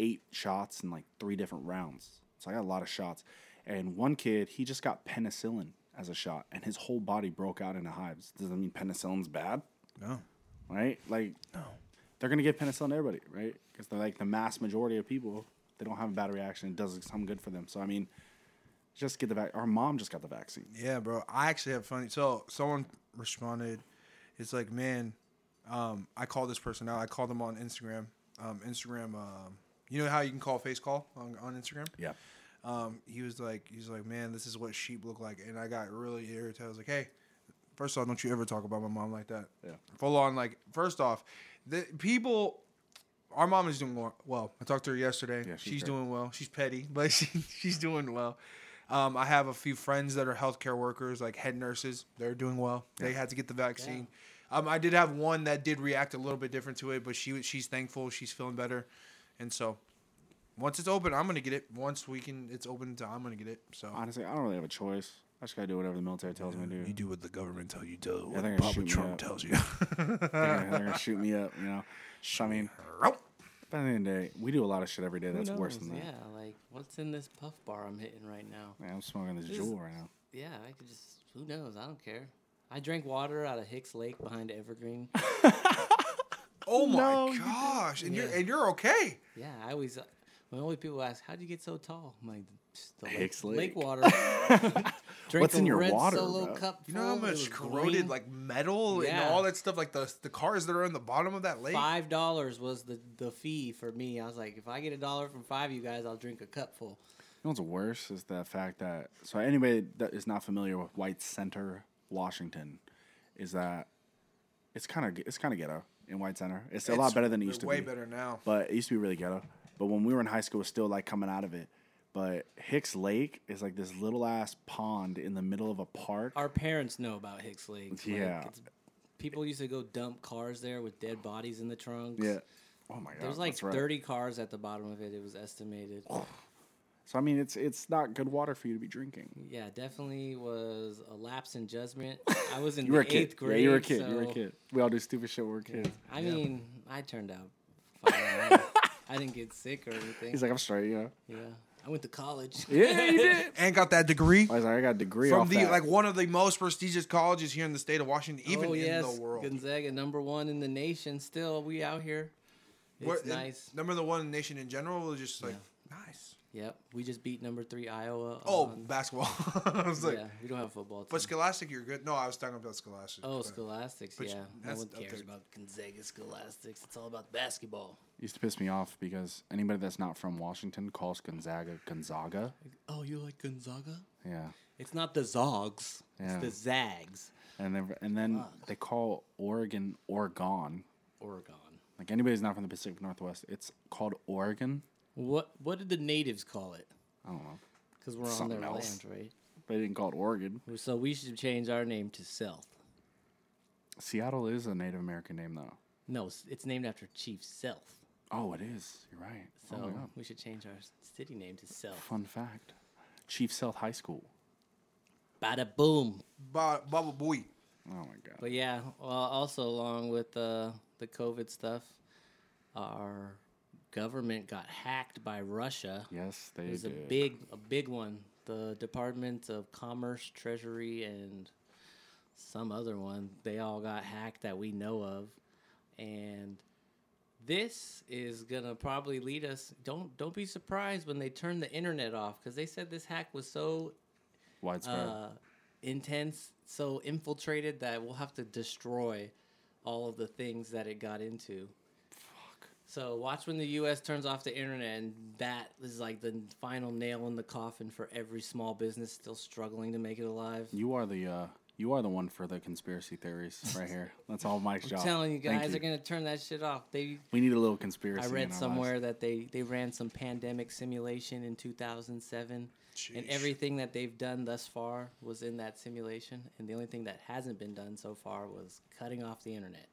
[SPEAKER 2] eight shots in like three different rounds, so I got a lot of shots. And one kid he just got penicillin as a shot, and his whole body broke out into hives. Does that mean penicillin's bad?
[SPEAKER 3] No.
[SPEAKER 2] right? Like, no, they're gonna give penicillin to everybody, right? Because they're like the mass majority of people, they don't have a bad reaction. It does some good for them. So I mean, just get the vac. Our mom just got the vaccine.
[SPEAKER 3] Yeah, bro. I actually have funny. So someone responded. It's like, man, um, I call this person out. I called them on Instagram. Um, Instagram. Um, you know how you can call face call on, on Instagram.
[SPEAKER 2] Yeah,
[SPEAKER 3] um, he was like, he's like, man, this is what sheep look like, and I got really irritated. I was like, hey, first off, don't you ever talk about my mom like that.
[SPEAKER 2] Yeah.
[SPEAKER 3] Full on, like, first off, the people, our mom is doing well. I talked to her yesterday.
[SPEAKER 2] Yeah, she's
[SPEAKER 3] she's
[SPEAKER 2] great.
[SPEAKER 3] doing well. She's petty, but she, she's doing well. Um, I have a few friends that are healthcare workers, like head nurses. They're doing well. They had to get the vaccine. Um, I did have one that did react a little bit different to it, but she was- she's thankful. She's feeling better, and so once it's open, I'm gonna get it. Once we can, it's open. To, I'm gonna get it. So
[SPEAKER 2] honestly, I don't really have a choice. I just gotta do whatever the military tells me to do.
[SPEAKER 3] do what the government tells you to.
[SPEAKER 2] what they're gonna Papa shoot me Trump up.
[SPEAKER 3] tells you.
[SPEAKER 2] They're gonna, they're gonna shoot me up, you know. I mean, at the end of the day, we do a lot of shit every day
[SPEAKER 1] Who
[SPEAKER 2] that's worse
[SPEAKER 1] knows?
[SPEAKER 2] than that.
[SPEAKER 1] Yeah, like what's in this puff bar I'm hitting right now?
[SPEAKER 2] Man, I'm smoking this
[SPEAKER 1] This-
[SPEAKER 2] jewel right now.
[SPEAKER 1] Yeah, I could just. Who knows? I don't care. I drank water out of Hicks Lake behind Evergreen.
[SPEAKER 3] Oh my
[SPEAKER 2] No, you
[SPEAKER 3] gosh! And you're
[SPEAKER 1] Yeah.
[SPEAKER 3] and you're okay.
[SPEAKER 1] Yeah, I always uh, when only people ask, "How would you get so tall?" I'm like, "Just the
[SPEAKER 2] Hicks
[SPEAKER 1] lake
[SPEAKER 2] Lake."
[SPEAKER 1] water. Drink
[SPEAKER 2] What's in
[SPEAKER 1] a
[SPEAKER 2] your
[SPEAKER 1] red
[SPEAKER 2] water,
[SPEAKER 1] Solo
[SPEAKER 2] bro?
[SPEAKER 1] cup.
[SPEAKER 3] You know how
[SPEAKER 1] full, it was
[SPEAKER 3] much corroded
[SPEAKER 1] green.
[SPEAKER 3] like metal
[SPEAKER 1] Yeah.
[SPEAKER 3] and all that stuff, like the the cars that are in the bottom of that lake.
[SPEAKER 1] five dollars was the the fee for me. I was like, if I get a dollar from five of you guys, I'll drink a cup full.
[SPEAKER 2] You know what's worse is the fact that so anybody that is not familiar with White Center, Washington, is that it's kind of it's kind of ghetto in White Center. It's, a lot better than it used to
[SPEAKER 3] way
[SPEAKER 2] be.
[SPEAKER 3] better now.
[SPEAKER 2] but it used to be really ghetto. But when we were in high school, it was still like coming out of it. But Hicks Lake is like this little ass pond in the middle of a park.
[SPEAKER 1] Our parents know about Hicks Lake. Like,
[SPEAKER 2] Yeah.
[SPEAKER 1] it's- people used to go dump cars there with dead bodies in the trunks.
[SPEAKER 2] yeah. Oh my god.
[SPEAKER 1] There's like
[SPEAKER 2] that's right.
[SPEAKER 1] 30 cars at the bottom of it. It was estimated.
[SPEAKER 2] So I mean, it's it's not good water for you to be drinking.
[SPEAKER 1] Yeah, definitely was a lapse in judgment. I was in
[SPEAKER 2] You were a
[SPEAKER 1] the
[SPEAKER 2] kid.
[SPEAKER 1] eighth grade.
[SPEAKER 2] yeah, you were a kid. You were a
[SPEAKER 1] so-
[SPEAKER 2] kid. We all do stupid shit when we're kids.
[SPEAKER 1] I mean, I turned out fine. I didn't get sick or anything.
[SPEAKER 2] He's like, I'm straight. Yeah.
[SPEAKER 1] yeah, I went to college.
[SPEAKER 2] Yeah, you did.
[SPEAKER 3] and got that degree
[SPEAKER 2] I was like, I got a degree
[SPEAKER 3] from
[SPEAKER 2] off
[SPEAKER 3] the
[SPEAKER 2] that.
[SPEAKER 3] like one of the most prestigious colleges here in the state of Washington, even
[SPEAKER 1] oh, yes,
[SPEAKER 3] in the world.
[SPEAKER 1] Gonzaga, number one in the nation. Still, we out here. It's
[SPEAKER 3] What- and
[SPEAKER 1] nice.
[SPEAKER 3] Number the one nation in general was just like nice.
[SPEAKER 1] Yep, we just beat number three Iowa.
[SPEAKER 3] Oh,
[SPEAKER 1] on-
[SPEAKER 3] basketball. I was like,
[SPEAKER 1] yeah, we don't have a football team.
[SPEAKER 3] but Scholastic, you're good. No, I was talking about Scholastic.
[SPEAKER 1] oh,
[SPEAKER 3] but-
[SPEAKER 1] Scholastics.
[SPEAKER 3] but
[SPEAKER 1] yeah, no
[SPEAKER 3] that's
[SPEAKER 1] one
[SPEAKER 3] up
[SPEAKER 1] cares
[SPEAKER 3] there.
[SPEAKER 1] about Gonzaga Scholastics. It's all about basketball.
[SPEAKER 2] used to piss me off because anybody that's not from Washington calls Gonzaga Gonzaga.
[SPEAKER 1] Oh, you like Gonzaga?
[SPEAKER 2] Yeah.
[SPEAKER 1] It's not the Zogs.
[SPEAKER 2] Yeah.
[SPEAKER 1] It's the Zags.
[SPEAKER 2] And then and then they call Oregon Oregon.
[SPEAKER 1] Oregon.
[SPEAKER 2] Like anybody's not from the Pacific Northwest, it's called Oregon.
[SPEAKER 1] What What did the natives call it?
[SPEAKER 2] I don't know.
[SPEAKER 1] Because we're
[SPEAKER 2] Something
[SPEAKER 1] on their
[SPEAKER 2] else.
[SPEAKER 1] land, right?
[SPEAKER 2] They didn't call it Oregon.
[SPEAKER 1] So we should change our name to Selth.
[SPEAKER 2] Seattle is a Native American name though.
[SPEAKER 1] No, s- it's named after Chief Self.
[SPEAKER 2] Oh, it is. You're right.
[SPEAKER 1] So
[SPEAKER 2] oh my god.
[SPEAKER 1] we should change our s- city name to Self.
[SPEAKER 2] Fun fact. Chief South High School.
[SPEAKER 1] Bada boom.
[SPEAKER 3] Ba- Baba Booey.
[SPEAKER 2] Oh my god.
[SPEAKER 1] But yeah, well, also along with uh, the COVID stuff, our government got hacked by Russia.
[SPEAKER 2] yes, they
[SPEAKER 1] it was
[SPEAKER 2] did.
[SPEAKER 1] a big, a big one. The Department of Commerce, Treasury, and some other one. They all got hacked that we know of, and this is gonna probably lead us. Don't don't be surprised when they turn the internet off because they said this hack was so
[SPEAKER 2] widespread.
[SPEAKER 1] uh, intense, so infiltrated that we'll have to destroy all of the things that it got into. So watch when the U.S. turns off the internet, and that is like the final nail in the coffin for every small business still struggling to make it alive.
[SPEAKER 2] you are the uh you are the one for the conspiracy theories right here. That's all Mike's job.
[SPEAKER 1] I'm telling you
[SPEAKER 2] Thank
[SPEAKER 1] guys, they're gonna turn that shit off. They,
[SPEAKER 2] We need a little conspiracy.
[SPEAKER 1] I
[SPEAKER 2] in
[SPEAKER 1] read
[SPEAKER 2] our
[SPEAKER 1] somewhere
[SPEAKER 2] lives.
[SPEAKER 1] that they they ran some pandemic simulation in 2007, and
[SPEAKER 3] Jeez.
[SPEAKER 1] everything that they've done thus far was in that simulation, and the only thing that hasn't been done so far was cutting off the internet.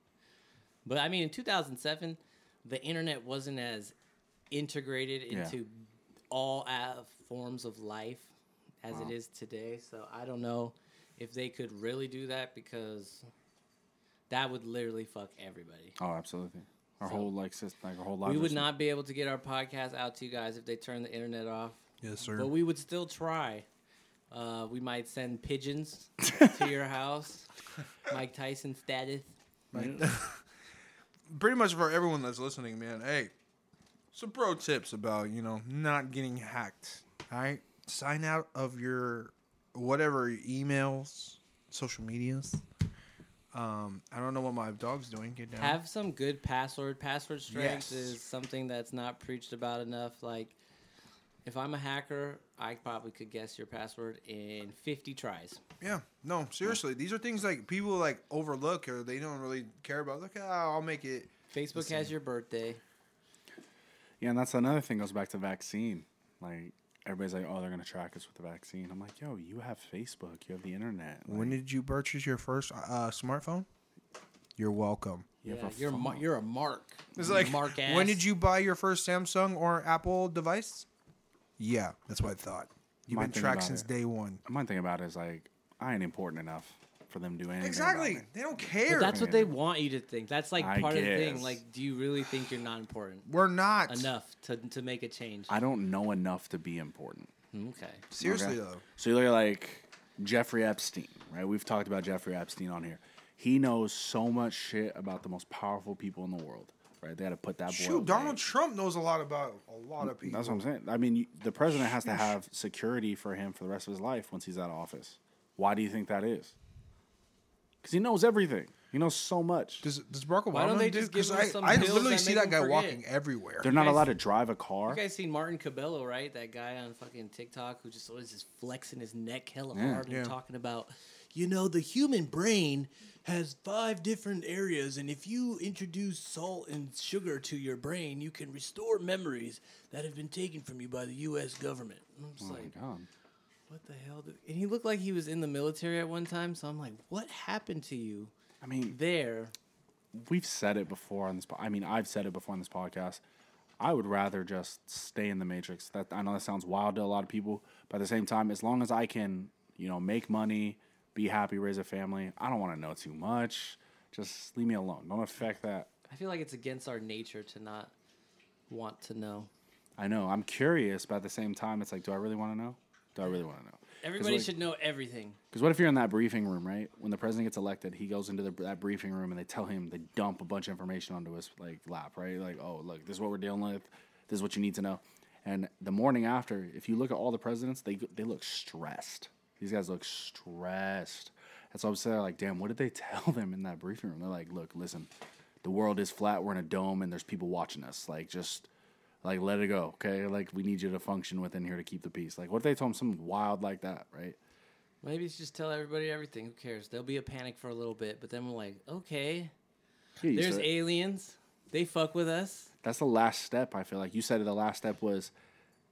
[SPEAKER 1] But I mean, in 2007, the internet wasn't as integrated
[SPEAKER 2] Yeah.
[SPEAKER 1] into all uh, forms of life as it is today. So I don't know if they could really do that because that would literally fuck everybody.
[SPEAKER 2] Oh, absolutely. Our
[SPEAKER 1] So-
[SPEAKER 2] whole like system, like our whole life.
[SPEAKER 1] We would not be able to get our podcast out to you guys if they turned the internet off.
[SPEAKER 3] Yes, sir.
[SPEAKER 1] But we would still try. Uh, we might send pigeons to your house. Mike Tyson status.
[SPEAKER 3] pretty much for everyone that's listening, man. Hey, some pro tips about you know not getting hacked. All right, sign out of your whatever your emails, social medias. Um, I don't know what my dog's doing. Get down.
[SPEAKER 1] Have some good password. Password strength
[SPEAKER 3] Yes.
[SPEAKER 1] is something that's not preached about enough. Like, if I'm a hacker, I probably could guess your password in 50 tries.
[SPEAKER 3] yeah, no, seriously, these are things like people like overlook or they don't really care about. Like, oh, I'll make it.
[SPEAKER 1] Facebook has your birthday.
[SPEAKER 2] Yeah, and that's another thing goes back to vaccine. Like everybody's like, oh, they're gonna track us with the vaccine. I'm like, yo, you have Facebook, you have the internet. Like,
[SPEAKER 3] When did you purchase your first uh, smartphone? You're welcome.
[SPEAKER 2] you have
[SPEAKER 1] yeah,
[SPEAKER 2] a
[SPEAKER 1] you're a mar-
[SPEAKER 2] phone.
[SPEAKER 1] you're a mark.
[SPEAKER 3] It's
[SPEAKER 1] You
[SPEAKER 3] like,
[SPEAKER 1] mark ass.
[SPEAKER 3] when did you buy your first Samsung or Apple device? Yeah, that's what I thought. You've
[SPEAKER 2] My
[SPEAKER 3] been
[SPEAKER 2] thing
[SPEAKER 3] tracked
[SPEAKER 2] about
[SPEAKER 3] since
[SPEAKER 2] it.
[SPEAKER 3] day one.
[SPEAKER 2] My thing about it is like, I ain't important enough for them to do anything. about
[SPEAKER 3] Exactly.
[SPEAKER 2] me.
[SPEAKER 3] They don't
[SPEAKER 1] But
[SPEAKER 3] care.
[SPEAKER 1] that's what they want you to think. That's like
[SPEAKER 2] I
[SPEAKER 1] part of the thing.
[SPEAKER 2] guess.
[SPEAKER 1] Like, do you really think you're not important
[SPEAKER 3] We're not.
[SPEAKER 1] enough to, to make a change? Mm,
[SPEAKER 2] I don't know enough to be important.
[SPEAKER 1] okay.
[SPEAKER 3] Seriously,
[SPEAKER 2] Okay?
[SPEAKER 3] though.
[SPEAKER 2] So you look at like Jeffrey Epstein. right? We've talked about Jeffrey Epstein on here. He knows so much shit about the most powerful people in the world, right? They had to put that boy. away.
[SPEAKER 3] Shoot, Donald Trump knows a lot about a lot of people.
[SPEAKER 2] That's what I'm saying. I mean, you- the president has to have security for him for the rest of his life once he's out of office. Why do you think that is? Because he knows everything. He knows so much.
[SPEAKER 3] Does, does Barack Obama
[SPEAKER 1] Why don't they
[SPEAKER 3] do-
[SPEAKER 1] just give
[SPEAKER 3] 'cause
[SPEAKER 1] him
[SPEAKER 3] I,
[SPEAKER 1] some
[SPEAKER 3] I
[SPEAKER 1] pills
[SPEAKER 3] literally
[SPEAKER 1] that
[SPEAKER 3] see
[SPEAKER 1] make
[SPEAKER 3] that
[SPEAKER 1] him
[SPEAKER 3] guy
[SPEAKER 1] forget?
[SPEAKER 3] walking everywhere.
[SPEAKER 2] They're not
[SPEAKER 1] guys-
[SPEAKER 2] allowed to drive a
[SPEAKER 1] You
[SPEAKER 2] car.
[SPEAKER 1] guys seen Martin Cabello, right? That guy on fucking TikTok who just always is flexing his neck hella
[SPEAKER 2] Yeah.
[SPEAKER 1] hard and
[SPEAKER 3] Yeah.
[SPEAKER 1] talking about, you know, the human brain has five different areas, and if you introduce salt and sugar to your brain, you can restore memories that have been taken from you by the U.S. government. And I'm just
[SPEAKER 2] Oh my
[SPEAKER 1] like,
[SPEAKER 2] God.
[SPEAKER 1] what the hell? Did... And he looked like he was in the military at one time, so I'm like, what happened to you
[SPEAKER 2] I mean,
[SPEAKER 1] there?
[SPEAKER 2] we've said it before on this. po- I mean, I've said it before on this podcast. I would rather just stay in the matrix. That I know that sounds wild to a lot of people, but at the same time, as long as I can, you know, make money, be happy, raise a family, I don't want to know too much. Just leave me alone. Don't affect that.
[SPEAKER 1] I feel like it's against our nature to not want to know.
[SPEAKER 2] I know. I'm curious, but at the same time, it's like, do I really want to know? Do I really want to know?
[SPEAKER 1] Everybody should know everything.
[SPEAKER 2] Because what if you're in that briefing room, right? When the president gets elected, he goes into the, that briefing room and they tell him they dump a bunch of information onto his like lap, right? Like, oh, look, this is what we're dealing with. This is what you need to know. And the morning after, if you look at all the presidents, they they look stressed. These guys look stressed. That's so I'm sitting there like, damn, what did they tell them in that briefing room? They're like, look, listen, the world is flat. We're in a dome, and there's people watching us. Like, just like let it go, okay? Like, we need you to function within here to keep the peace. Like, what if they told him something wild like that, right?
[SPEAKER 1] Maybe it's just tell everybody everything. Who cares? There'll be a panic for a little bit, but then we're like, okay,
[SPEAKER 2] Get used
[SPEAKER 1] there's
[SPEAKER 2] to it.
[SPEAKER 1] aliens. They fuck with us.
[SPEAKER 2] That's the last step. I feel like you said the last step was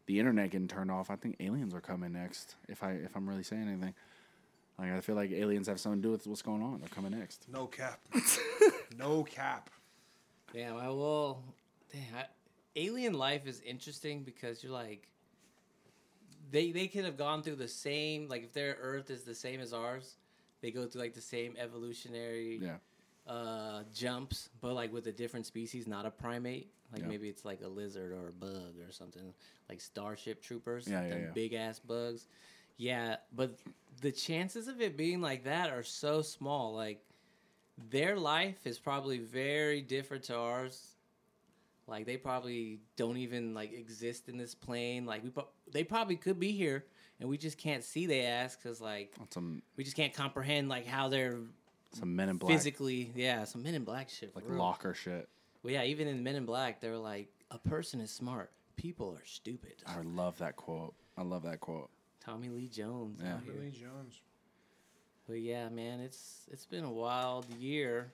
[SPEAKER 2] the internet getting turned off. I think aliens are coming next. If I if I'm really saying anything, like I feel like aliens have something to do with what's going on. They're coming next.
[SPEAKER 3] No cap. no cap.
[SPEAKER 1] Damn, I will. Damn, I, alien life is interesting because you're like, they they could have gone through the same like if their Earth is the same as ours, they go through like the same evolutionary
[SPEAKER 2] Yeah,
[SPEAKER 1] uh, jumps, but like with a different species, not a primate. Like
[SPEAKER 2] Yeah.
[SPEAKER 1] maybe it's like a lizard or a bug or something, like Starship Troopers,
[SPEAKER 2] Yeah, yeah,
[SPEAKER 1] them
[SPEAKER 2] yeah.
[SPEAKER 1] big ass bugs. Yeah, but the chances of it being like that are so small. Like their life is probably very different to ours. Like they probably don't even like exist in this plane. Like we, pro- they probably could be here, and we just can't see they ass because like
[SPEAKER 2] on some
[SPEAKER 1] we just can't comprehend like how they're
[SPEAKER 2] some Men in Black
[SPEAKER 1] physically, yeah, some Men in Black shit. for
[SPEAKER 2] like
[SPEAKER 1] real.
[SPEAKER 2] locker shit.
[SPEAKER 1] Well, yeah, even in Men in Black, they're like, a person is smart, people are stupid.
[SPEAKER 2] I love that quote. I love that quote.
[SPEAKER 1] Tommy Lee Jones.
[SPEAKER 2] Yeah.
[SPEAKER 1] out here.
[SPEAKER 3] Billy Jones.
[SPEAKER 1] But yeah, man, it's it's been a wild year.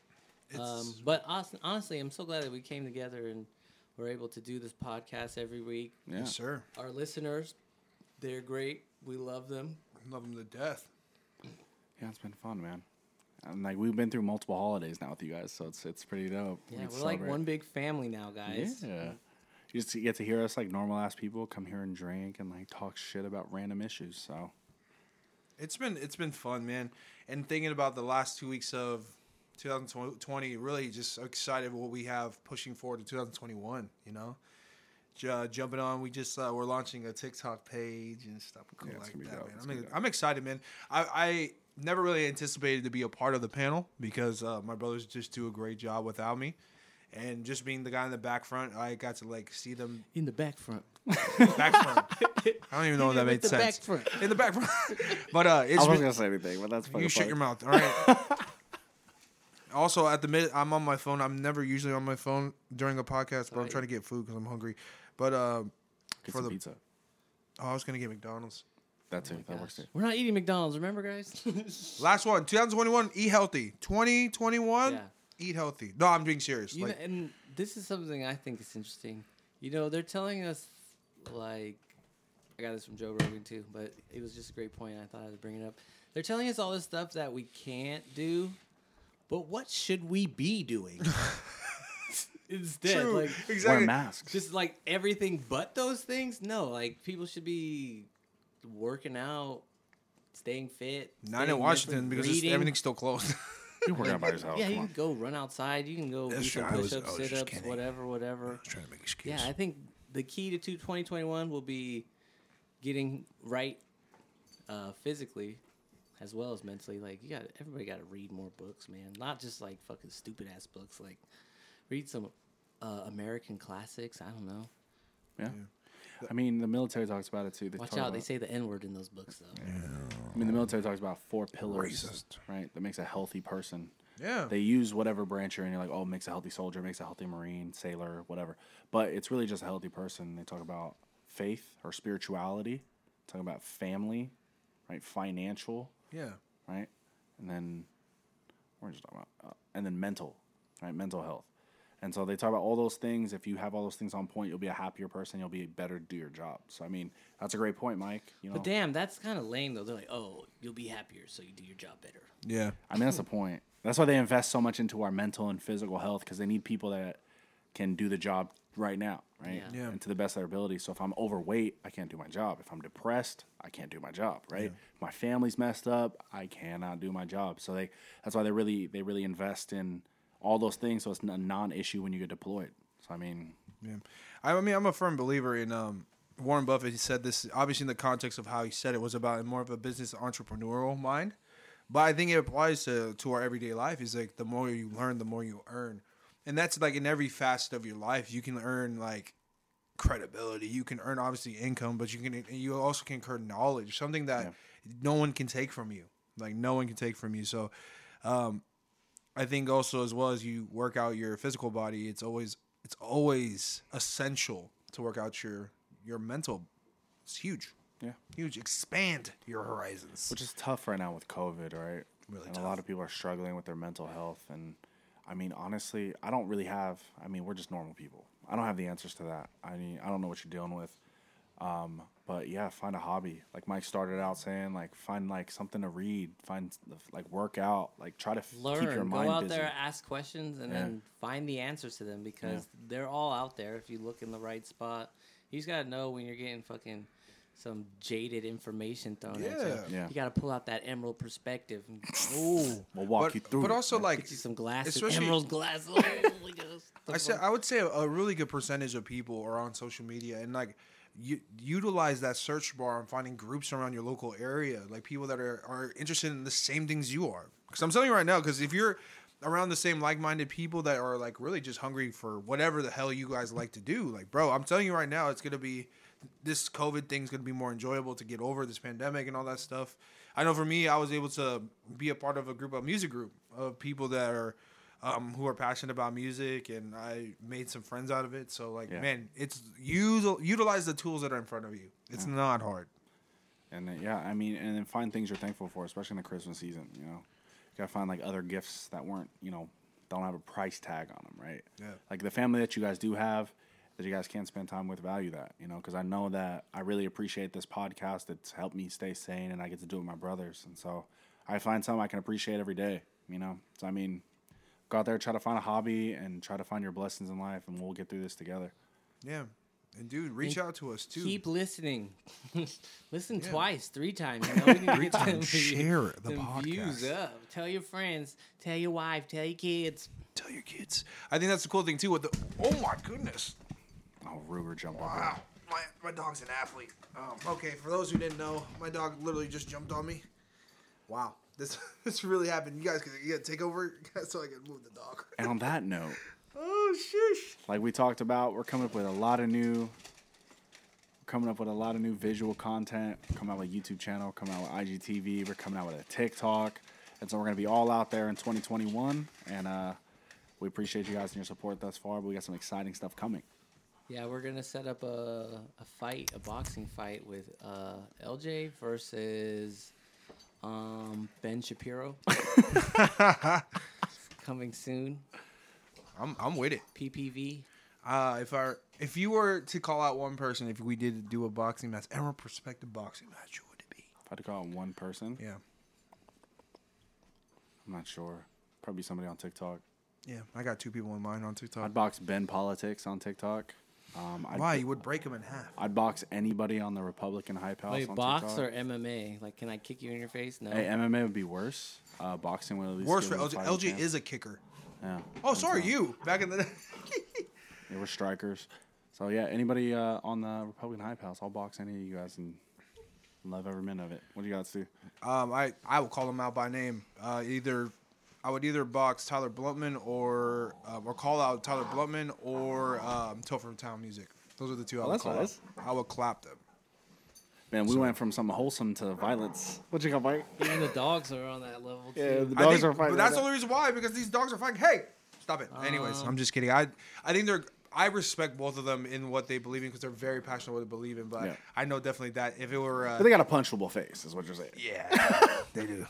[SPEAKER 3] It's,
[SPEAKER 1] Um, but hon- honestly, I'm so glad that we came together and we're able to do this podcast every week.
[SPEAKER 2] Yeah,
[SPEAKER 3] Yes, sir.
[SPEAKER 1] Our listeners, they're great. We love them.
[SPEAKER 3] Love him to death.
[SPEAKER 2] yeah, it's been fun, man. And like we've been through multiple holidays now with you guys, so it's it's pretty dope.
[SPEAKER 1] Yeah,
[SPEAKER 2] We
[SPEAKER 1] we're
[SPEAKER 2] get to
[SPEAKER 1] like
[SPEAKER 2] celebrate.
[SPEAKER 1] one big family now, guys.
[SPEAKER 2] Yeah. You just get to hear us like normal ass people come here and drink and like talk shit about random issues. So
[SPEAKER 3] It's been it's been fun, man. And thinking about the last two weeks of 2020, really just excited what we have pushing forward to 2021. You know, J- uh, jumping on, we just uh, we're launching a TikTok page and stuff cool
[SPEAKER 2] Yeah, it's
[SPEAKER 3] like
[SPEAKER 2] gonna be
[SPEAKER 3] that,
[SPEAKER 2] dope.
[SPEAKER 3] man.
[SPEAKER 2] It's
[SPEAKER 3] I'm,
[SPEAKER 2] gonna be
[SPEAKER 3] ex-
[SPEAKER 2] dope.
[SPEAKER 3] I'm excited, man. I, I never really anticipated to be a part of the panel because uh, my brothers just do a great job without me. And just being the guy in the back front, I got to like see them
[SPEAKER 1] In the back front.
[SPEAKER 3] back front. I don't even know if that
[SPEAKER 1] With
[SPEAKER 3] made
[SPEAKER 1] the back
[SPEAKER 3] sense.
[SPEAKER 1] front.
[SPEAKER 3] In the back front, but uh, it's
[SPEAKER 2] I wasn't
[SPEAKER 3] been-
[SPEAKER 2] gonna say anything, but that's fucking
[SPEAKER 3] you shut
[SPEAKER 2] funny.
[SPEAKER 3] your mouth. All right. also, at the minute, I'm on my phone. I'm never usually on my phone during a podcast, but I'm
[SPEAKER 1] Right.
[SPEAKER 3] trying to get food because I'm hungry. But uh,
[SPEAKER 2] Get
[SPEAKER 3] for
[SPEAKER 2] some
[SPEAKER 3] the
[SPEAKER 2] pizza.
[SPEAKER 3] oh, I was gonna get McDonald's.
[SPEAKER 2] That too. that works too.
[SPEAKER 1] We're not eating McDonald's, remember, guys?
[SPEAKER 3] Last one, 2021. Eat healthy. 2021.
[SPEAKER 1] Yeah.
[SPEAKER 3] Eat healthy. No, I'm being serious.
[SPEAKER 1] You
[SPEAKER 3] like,
[SPEAKER 1] know, and this is something I think is interesting. You know, they're telling us like I got this from Joe Rogan too, but it was just a great point. I thought I'd bring it up. They're telling us all this stuff that we can't do, but what should we be doing instead?
[SPEAKER 3] True.
[SPEAKER 1] Like,
[SPEAKER 2] Wear
[SPEAKER 3] exactly.
[SPEAKER 2] masks.
[SPEAKER 1] just like everything but those things. No, like people should be working out, staying fit.
[SPEAKER 3] Not in
[SPEAKER 1] staying
[SPEAKER 3] Washington
[SPEAKER 1] mentally-
[SPEAKER 3] because it's,
[SPEAKER 1] reading.
[SPEAKER 3] everything's still closed.
[SPEAKER 2] you work out by yourself.
[SPEAKER 1] Yeah,
[SPEAKER 2] come
[SPEAKER 1] you
[SPEAKER 2] on.
[SPEAKER 1] can go run outside. You can go do
[SPEAKER 3] That's
[SPEAKER 1] some
[SPEAKER 3] true. I was- I
[SPEAKER 1] push-ups,
[SPEAKER 3] was just
[SPEAKER 1] sit-ups,
[SPEAKER 3] kidding.
[SPEAKER 1] whatever, whatever.
[SPEAKER 3] trying to make
[SPEAKER 1] Yeah,
[SPEAKER 3] excuses.
[SPEAKER 1] I think the key to two- 2021 will be getting right uh, physically. I as well as mentally. Like you got everybody got to read more books, man. Not just like fucking stupid ass books. Like read some uh, American classics. I don't know.
[SPEAKER 2] Yeah. I mean, the military talks about it too. They
[SPEAKER 1] Watch
[SPEAKER 2] talk
[SPEAKER 1] out, they
[SPEAKER 2] about-
[SPEAKER 1] say the N word in those books though.
[SPEAKER 2] I mean, the military talks about four pillars,
[SPEAKER 3] Racist.
[SPEAKER 2] right? That makes a healthy person.
[SPEAKER 3] Yeah.
[SPEAKER 2] They use whatever branch you're in. You're like, oh, it makes a healthy soldier, makes a healthy marine, sailor, whatever. But it's really just a healthy person. They talk about faith or spirituality. Talk about family, right? Financial,
[SPEAKER 3] yeah.
[SPEAKER 2] right? And then we're just talking about, uh, and then mental, right? Mental health. And so they talk about all those things. If you have all those things on point, you'll be a happier person. You'll be better to do your job. So I mean, that's a great point, Mike. You know,
[SPEAKER 1] But damn, that's kind of lame though. They're like, oh, you'll be happier, so you do your job better.
[SPEAKER 3] Yeah.
[SPEAKER 2] I mean, that's the point. That's why they invest so much into our mental and physical health because they need people that can do the job right now, right?
[SPEAKER 1] Yeah.
[SPEAKER 3] Yeah.
[SPEAKER 2] And to the best of their ability. So if I'm overweight, I can't do my job. If I'm depressed, I can't do my job, right? If my family's messed up, I cannot do my job. So they that's why they really they really invest in all those things so it's a non-issue when you get deployed. So I mean,
[SPEAKER 3] Yeah. I mean, I'm a firm believer in um, Warren Buffett. He said this, obviously, in the context of how he said it was about more of a business entrepreneurial mind. But I think it applies to, to our everyday life. Is like the more you learn, the more you earn. And that's like in every facet of your life. You can earn like credibility. You can earn obviously income, but you can you also can earn knowledge, something that no one can take from you. Like no one can take from you. So I think also as well as you work out your physical body, it's always it's always essential to work out your your mental. It's huge,
[SPEAKER 2] yeah.
[SPEAKER 3] huge. Expand your horizons.
[SPEAKER 2] Which is tough right now with COVID, right?
[SPEAKER 3] Really
[SPEAKER 2] and
[SPEAKER 3] tough.
[SPEAKER 2] a lot of people are struggling with their mental health. And I mean, honestly, I don't really have. I mean, we're just normal people. I don't have the answers to that. I mean, I don't know what you're dealing with. Um, but yeah, find a hobby. Like Mike started out saying, like find like something to read, find like work out, like try to f- keep your
[SPEAKER 1] Learn, go
[SPEAKER 2] mind
[SPEAKER 1] out
[SPEAKER 2] busy.
[SPEAKER 1] there, ask questions, and
[SPEAKER 2] Yeah.
[SPEAKER 1] then find the answers to them because they're all out there if you look in the right spot. You just gotta know when you're getting fucking some jaded information thrown at you.
[SPEAKER 2] Yeah. Yeah.
[SPEAKER 1] You gotta pull out that emerald perspective and
[SPEAKER 3] Ooh,
[SPEAKER 2] We'll walk
[SPEAKER 3] Oh. but,
[SPEAKER 2] you through
[SPEAKER 3] But
[SPEAKER 2] it.
[SPEAKER 3] also like
[SPEAKER 1] get you some glasses,
[SPEAKER 3] Especially-
[SPEAKER 1] emerald glasses. Oh, my gosh.
[SPEAKER 3] I said, I would say a really good percentage of people are on social media and like you utilize that search bar and finding groups around your local area, like people that are, are interested in the same things you are. Because I'm telling you right now, because if you're around the same like-minded people that are like really just hungry for whatever the hell you guys like to do, like bro, I'm telling you right now, it's gonna be this COVID thing's gonna be more enjoyable to get over this pandemic and all that stuff. I know for me, I was able to be a part of a group, a music group of people that are um, who are passionate about music, and I made some friends out of it. So like,
[SPEAKER 2] Yeah.
[SPEAKER 3] man, it's use utilize the tools that are in front of you. It's not hard.
[SPEAKER 2] And then, yeah, I mean, and then find things you're thankful for, especially in the Christmas season. You know, you gotta find like other gifts that weren't, you know, don't have a price tag on them, right?
[SPEAKER 3] Yeah.
[SPEAKER 2] Like the family that you guys do have, that you guys can spend time with, value that, you know, because I know that I really appreciate this podcast. It's helped me stay sane, and I get to do it with my brothers, and so I find something I can appreciate every day. You know, so I mean, go out there, try to find a hobby, and try to find your blessings in life, and we'll get through this together.
[SPEAKER 3] Yeah, and dude, reach out to us too.
[SPEAKER 1] Keep listening. Listen
[SPEAKER 3] Yeah.
[SPEAKER 1] twice, three times. You know, we need to get them
[SPEAKER 3] times. Share
[SPEAKER 1] views-
[SPEAKER 3] the
[SPEAKER 1] them Views
[SPEAKER 3] podcast.
[SPEAKER 1] up. Tell your friends. Tell your wife. Tell your kids.
[SPEAKER 3] Tell your kids. I think that's the cool thing too. With the oh my goodness,
[SPEAKER 2] Oh, Ruger jumped up.
[SPEAKER 3] wow, my my dog's an athlete. Um, okay, for those who didn't know, my dog literally just jumped on me. Wow, this this really happened. You guys, can- you gotta take over so I can move the dog.
[SPEAKER 2] And on that note.
[SPEAKER 3] Oh shush.
[SPEAKER 2] like we talked about we're coming up with a lot of new we're coming up with a lot of new visual content coming out with youtube channel coming out with igtv we're coming out with a tiktok and so we're going to be all out there in 2021 and uh, we appreciate you guys and your support thus far but we got some exciting stuff coming
[SPEAKER 1] Yeah, we're gonna set up a, a fight, a boxing fight with uh, LJ versus um, Ben Shapiro. Coming soon.
[SPEAKER 3] I'm I'm with it.
[SPEAKER 1] PPV.
[SPEAKER 3] Uh, if our if you were to call out one person, if we did do a boxing match, and a prospective boxing match, who would it be?
[SPEAKER 2] if i had to call it one person
[SPEAKER 3] Yeah,
[SPEAKER 2] i'm not sure probably somebody on tiktok
[SPEAKER 3] yeah. I got two people in mind on TikTok.
[SPEAKER 2] i'd box ben politics on tiktok um, I'd,
[SPEAKER 3] Why you would break them in half?
[SPEAKER 2] I'd box anybody on the republican hype house
[SPEAKER 1] Wait,
[SPEAKER 2] on
[SPEAKER 1] box
[SPEAKER 2] TikTok.
[SPEAKER 1] or MMA? Like, can I kick you in your face? No.
[SPEAKER 2] Hey, MMA would be worse. Uh, boxing would at least
[SPEAKER 3] Worse
[SPEAKER 2] give
[SPEAKER 3] for
[SPEAKER 2] him a
[SPEAKER 3] LG.
[SPEAKER 2] fighting
[SPEAKER 3] LG
[SPEAKER 2] chance.
[SPEAKER 3] is a kicker.
[SPEAKER 2] Yeah.
[SPEAKER 3] Oh, sorry, you. Back in the day.
[SPEAKER 2] They were strikers. So yeah, anybody uh, on the Republican Hype House, I'll box any of you guys and Love every minute of it. What do you got, Stu?
[SPEAKER 3] Um, I I will call them out by name. Uh, either I would either box Tyler Bluntman or um, or call out Tyler Bluntman or um, Topher Town Music. Those are the two I
[SPEAKER 2] Oh,
[SPEAKER 3] would
[SPEAKER 2] that's
[SPEAKER 3] call. out.
[SPEAKER 2] nice.
[SPEAKER 3] I would clap them.
[SPEAKER 2] Man, we went from something wholesome to violence. What you got, Mike?
[SPEAKER 1] Even the dogs are on that level too.
[SPEAKER 2] Yeah, the
[SPEAKER 3] I
[SPEAKER 2] dogs
[SPEAKER 3] think-
[SPEAKER 2] are fighting.
[SPEAKER 3] But that's
[SPEAKER 2] right
[SPEAKER 3] the
[SPEAKER 2] now.
[SPEAKER 3] only reason why because these dogs are fighting. Hey, stop it. Anyways, I'm just kidding. I I think they're. I respect both of them in what they believe in because they're very passionate what they believe in. But
[SPEAKER 2] Yeah.
[SPEAKER 3] I know definitely that if it were,
[SPEAKER 2] But
[SPEAKER 3] uh,
[SPEAKER 2] they got a punchable face, is what you're saying.
[SPEAKER 3] yeah, they do.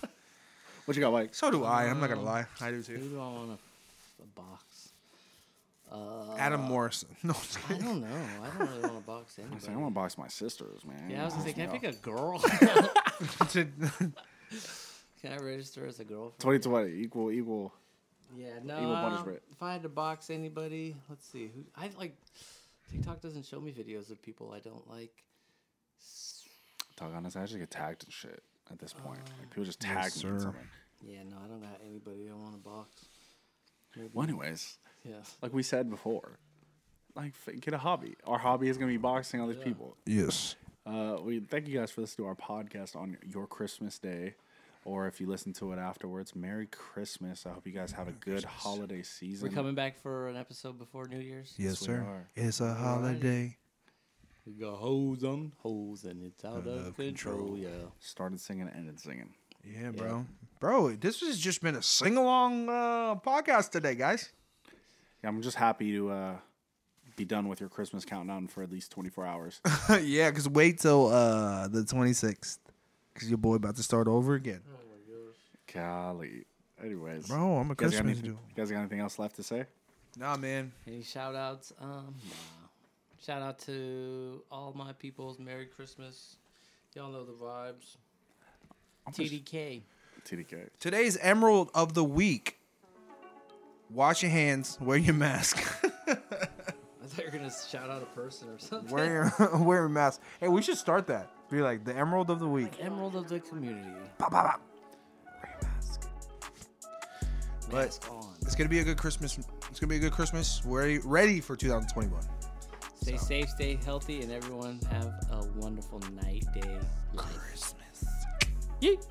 [SPEAKER 2] What you got, Mike?
[SPEAKER 3] So do I. I'm not gonna lie. I do
[SPEAKER 1] Who
[SPEAKER 3] too.
[SPEAKER 1] do I want to box? Uh,
[SPEAKER 3] Adam Morrison. No, I'm just
[SPEAKER 1] I
[SPEAKER 3] kidding.
[SPEAKER 1] don't know. I don't really want to box
[SPEAKER 2] I was like, I want
[SPEAKER 1] anybody.
[SPEAKER 2] to box my sisters, man.
[SPEAKER 1] Yeah, I was gonna say,
[SPEAKER 2] Box
[SPEAKER 1] can I
[SPEAKER 2] me
[SPEAKER 1] pick a
[SPEAKER 2] up.
[SPEAKER 1] girl? can I register as a girlfriend?
[SPEAKER 2] 2020 equal equal.
[SPEAKER 1] Yeah, no.
[SPEAKER 2] Evil
[SPEAKER 1] I don't-
[SPEAKER 2] punishment.
[SPEAKER 1] If I had to box anybody, let's see. Who I like. TikTok doesn't show me videos of people I don't like.
[SPEAKER 2] Talk honest, I actually get tagged and shit at this point.
[SPEAKER 1] Oh.
[SPEAKER 2] Like people just tag me in
[SPEAKER 3] sir.
[SPEAKER 2] something.
[SPEAKER 1] Yeah, no, I don't got anybody I want to box.
[SPEAKER 2] Well, anyways,
[SPEAKER 1] Yeah.
[SPEAKER 2] like we said before, like f- get a hobby. Our hobby is gonna be boxing all these people.
[SPEAKER 3] yes.
[SPEAKER 2] Uh, we thank you guys for listening to our podcast on your Christmas day, or if you listen to it afterwards, Merry Christmas. I hope you guys have a good holiday season.
[SPEAKER 1] We're coming back for an episode before New Year's.
[SPEAKER 3] Yes,
[SPEAKER 2] we
[SPEAKER 3] sir.
[SPEAKER 2] are.
[SPEAKER 3] It's a holiday.
[SPEAKER 1] We got hoes on hoes and it's out of, control. Yeah.
[SPEAKER 2] Started singing, ended singing.
[SPEAKER 3] Yeah, bro. Bro, this has just been a sing along uh, podcast today, guys.
[SPEAKER 2] Yeah, I'm just happy to uh, be done with your Christmas countdown for at least 24 hours.
[SPEAKER 3] yeah, because wait till uh, the 26th. Because your boy about to start over again.
[SPEAKER 2] Golly. Anyways,
[SPEAKER 3] Bro, I'm
[SPEAKER 2] you guys,
[SPEAKER 3] a
[SPEAKER 2] got
[SPEAKER 3] Christmas
[SPEAKER 2] anything,
[SPEAKER 3] dude.
[SPEAKER 2] you guys got anything else left to say?
[SPEAKER 3] Nah, man.
[SPEAKER 1] Any shout outs? Um, nah. Shout out to all my peoples. Merry Christmas. Y'all know the vibes. TDK.
[SPEAKER 2] TDK.
[SPEAKER 3] Today's Emerald of the Week. Wash your hands, wear your mask.
[SPEAKER 1] I thought you were going to shout out a person or something.
[SPEAKER 3] wear, your, wear your mask. Hey, we should start that. Be like the Emerald of the Week.
[SPEAKER 1] Emerald of the community.
[SPEAKER 3] Pop, pop, pop. Wear your mask. But-
[SPEAKER 1] Mask on.
[SPEAKER 3] It's gonna be a good Christmas. It's gonna be a good Christmas. We're ready for 2021.
[SPEAKER 1] Stay safe, stay healthy, and everyone have a wonderful night, day, life. Christmas. Yeet.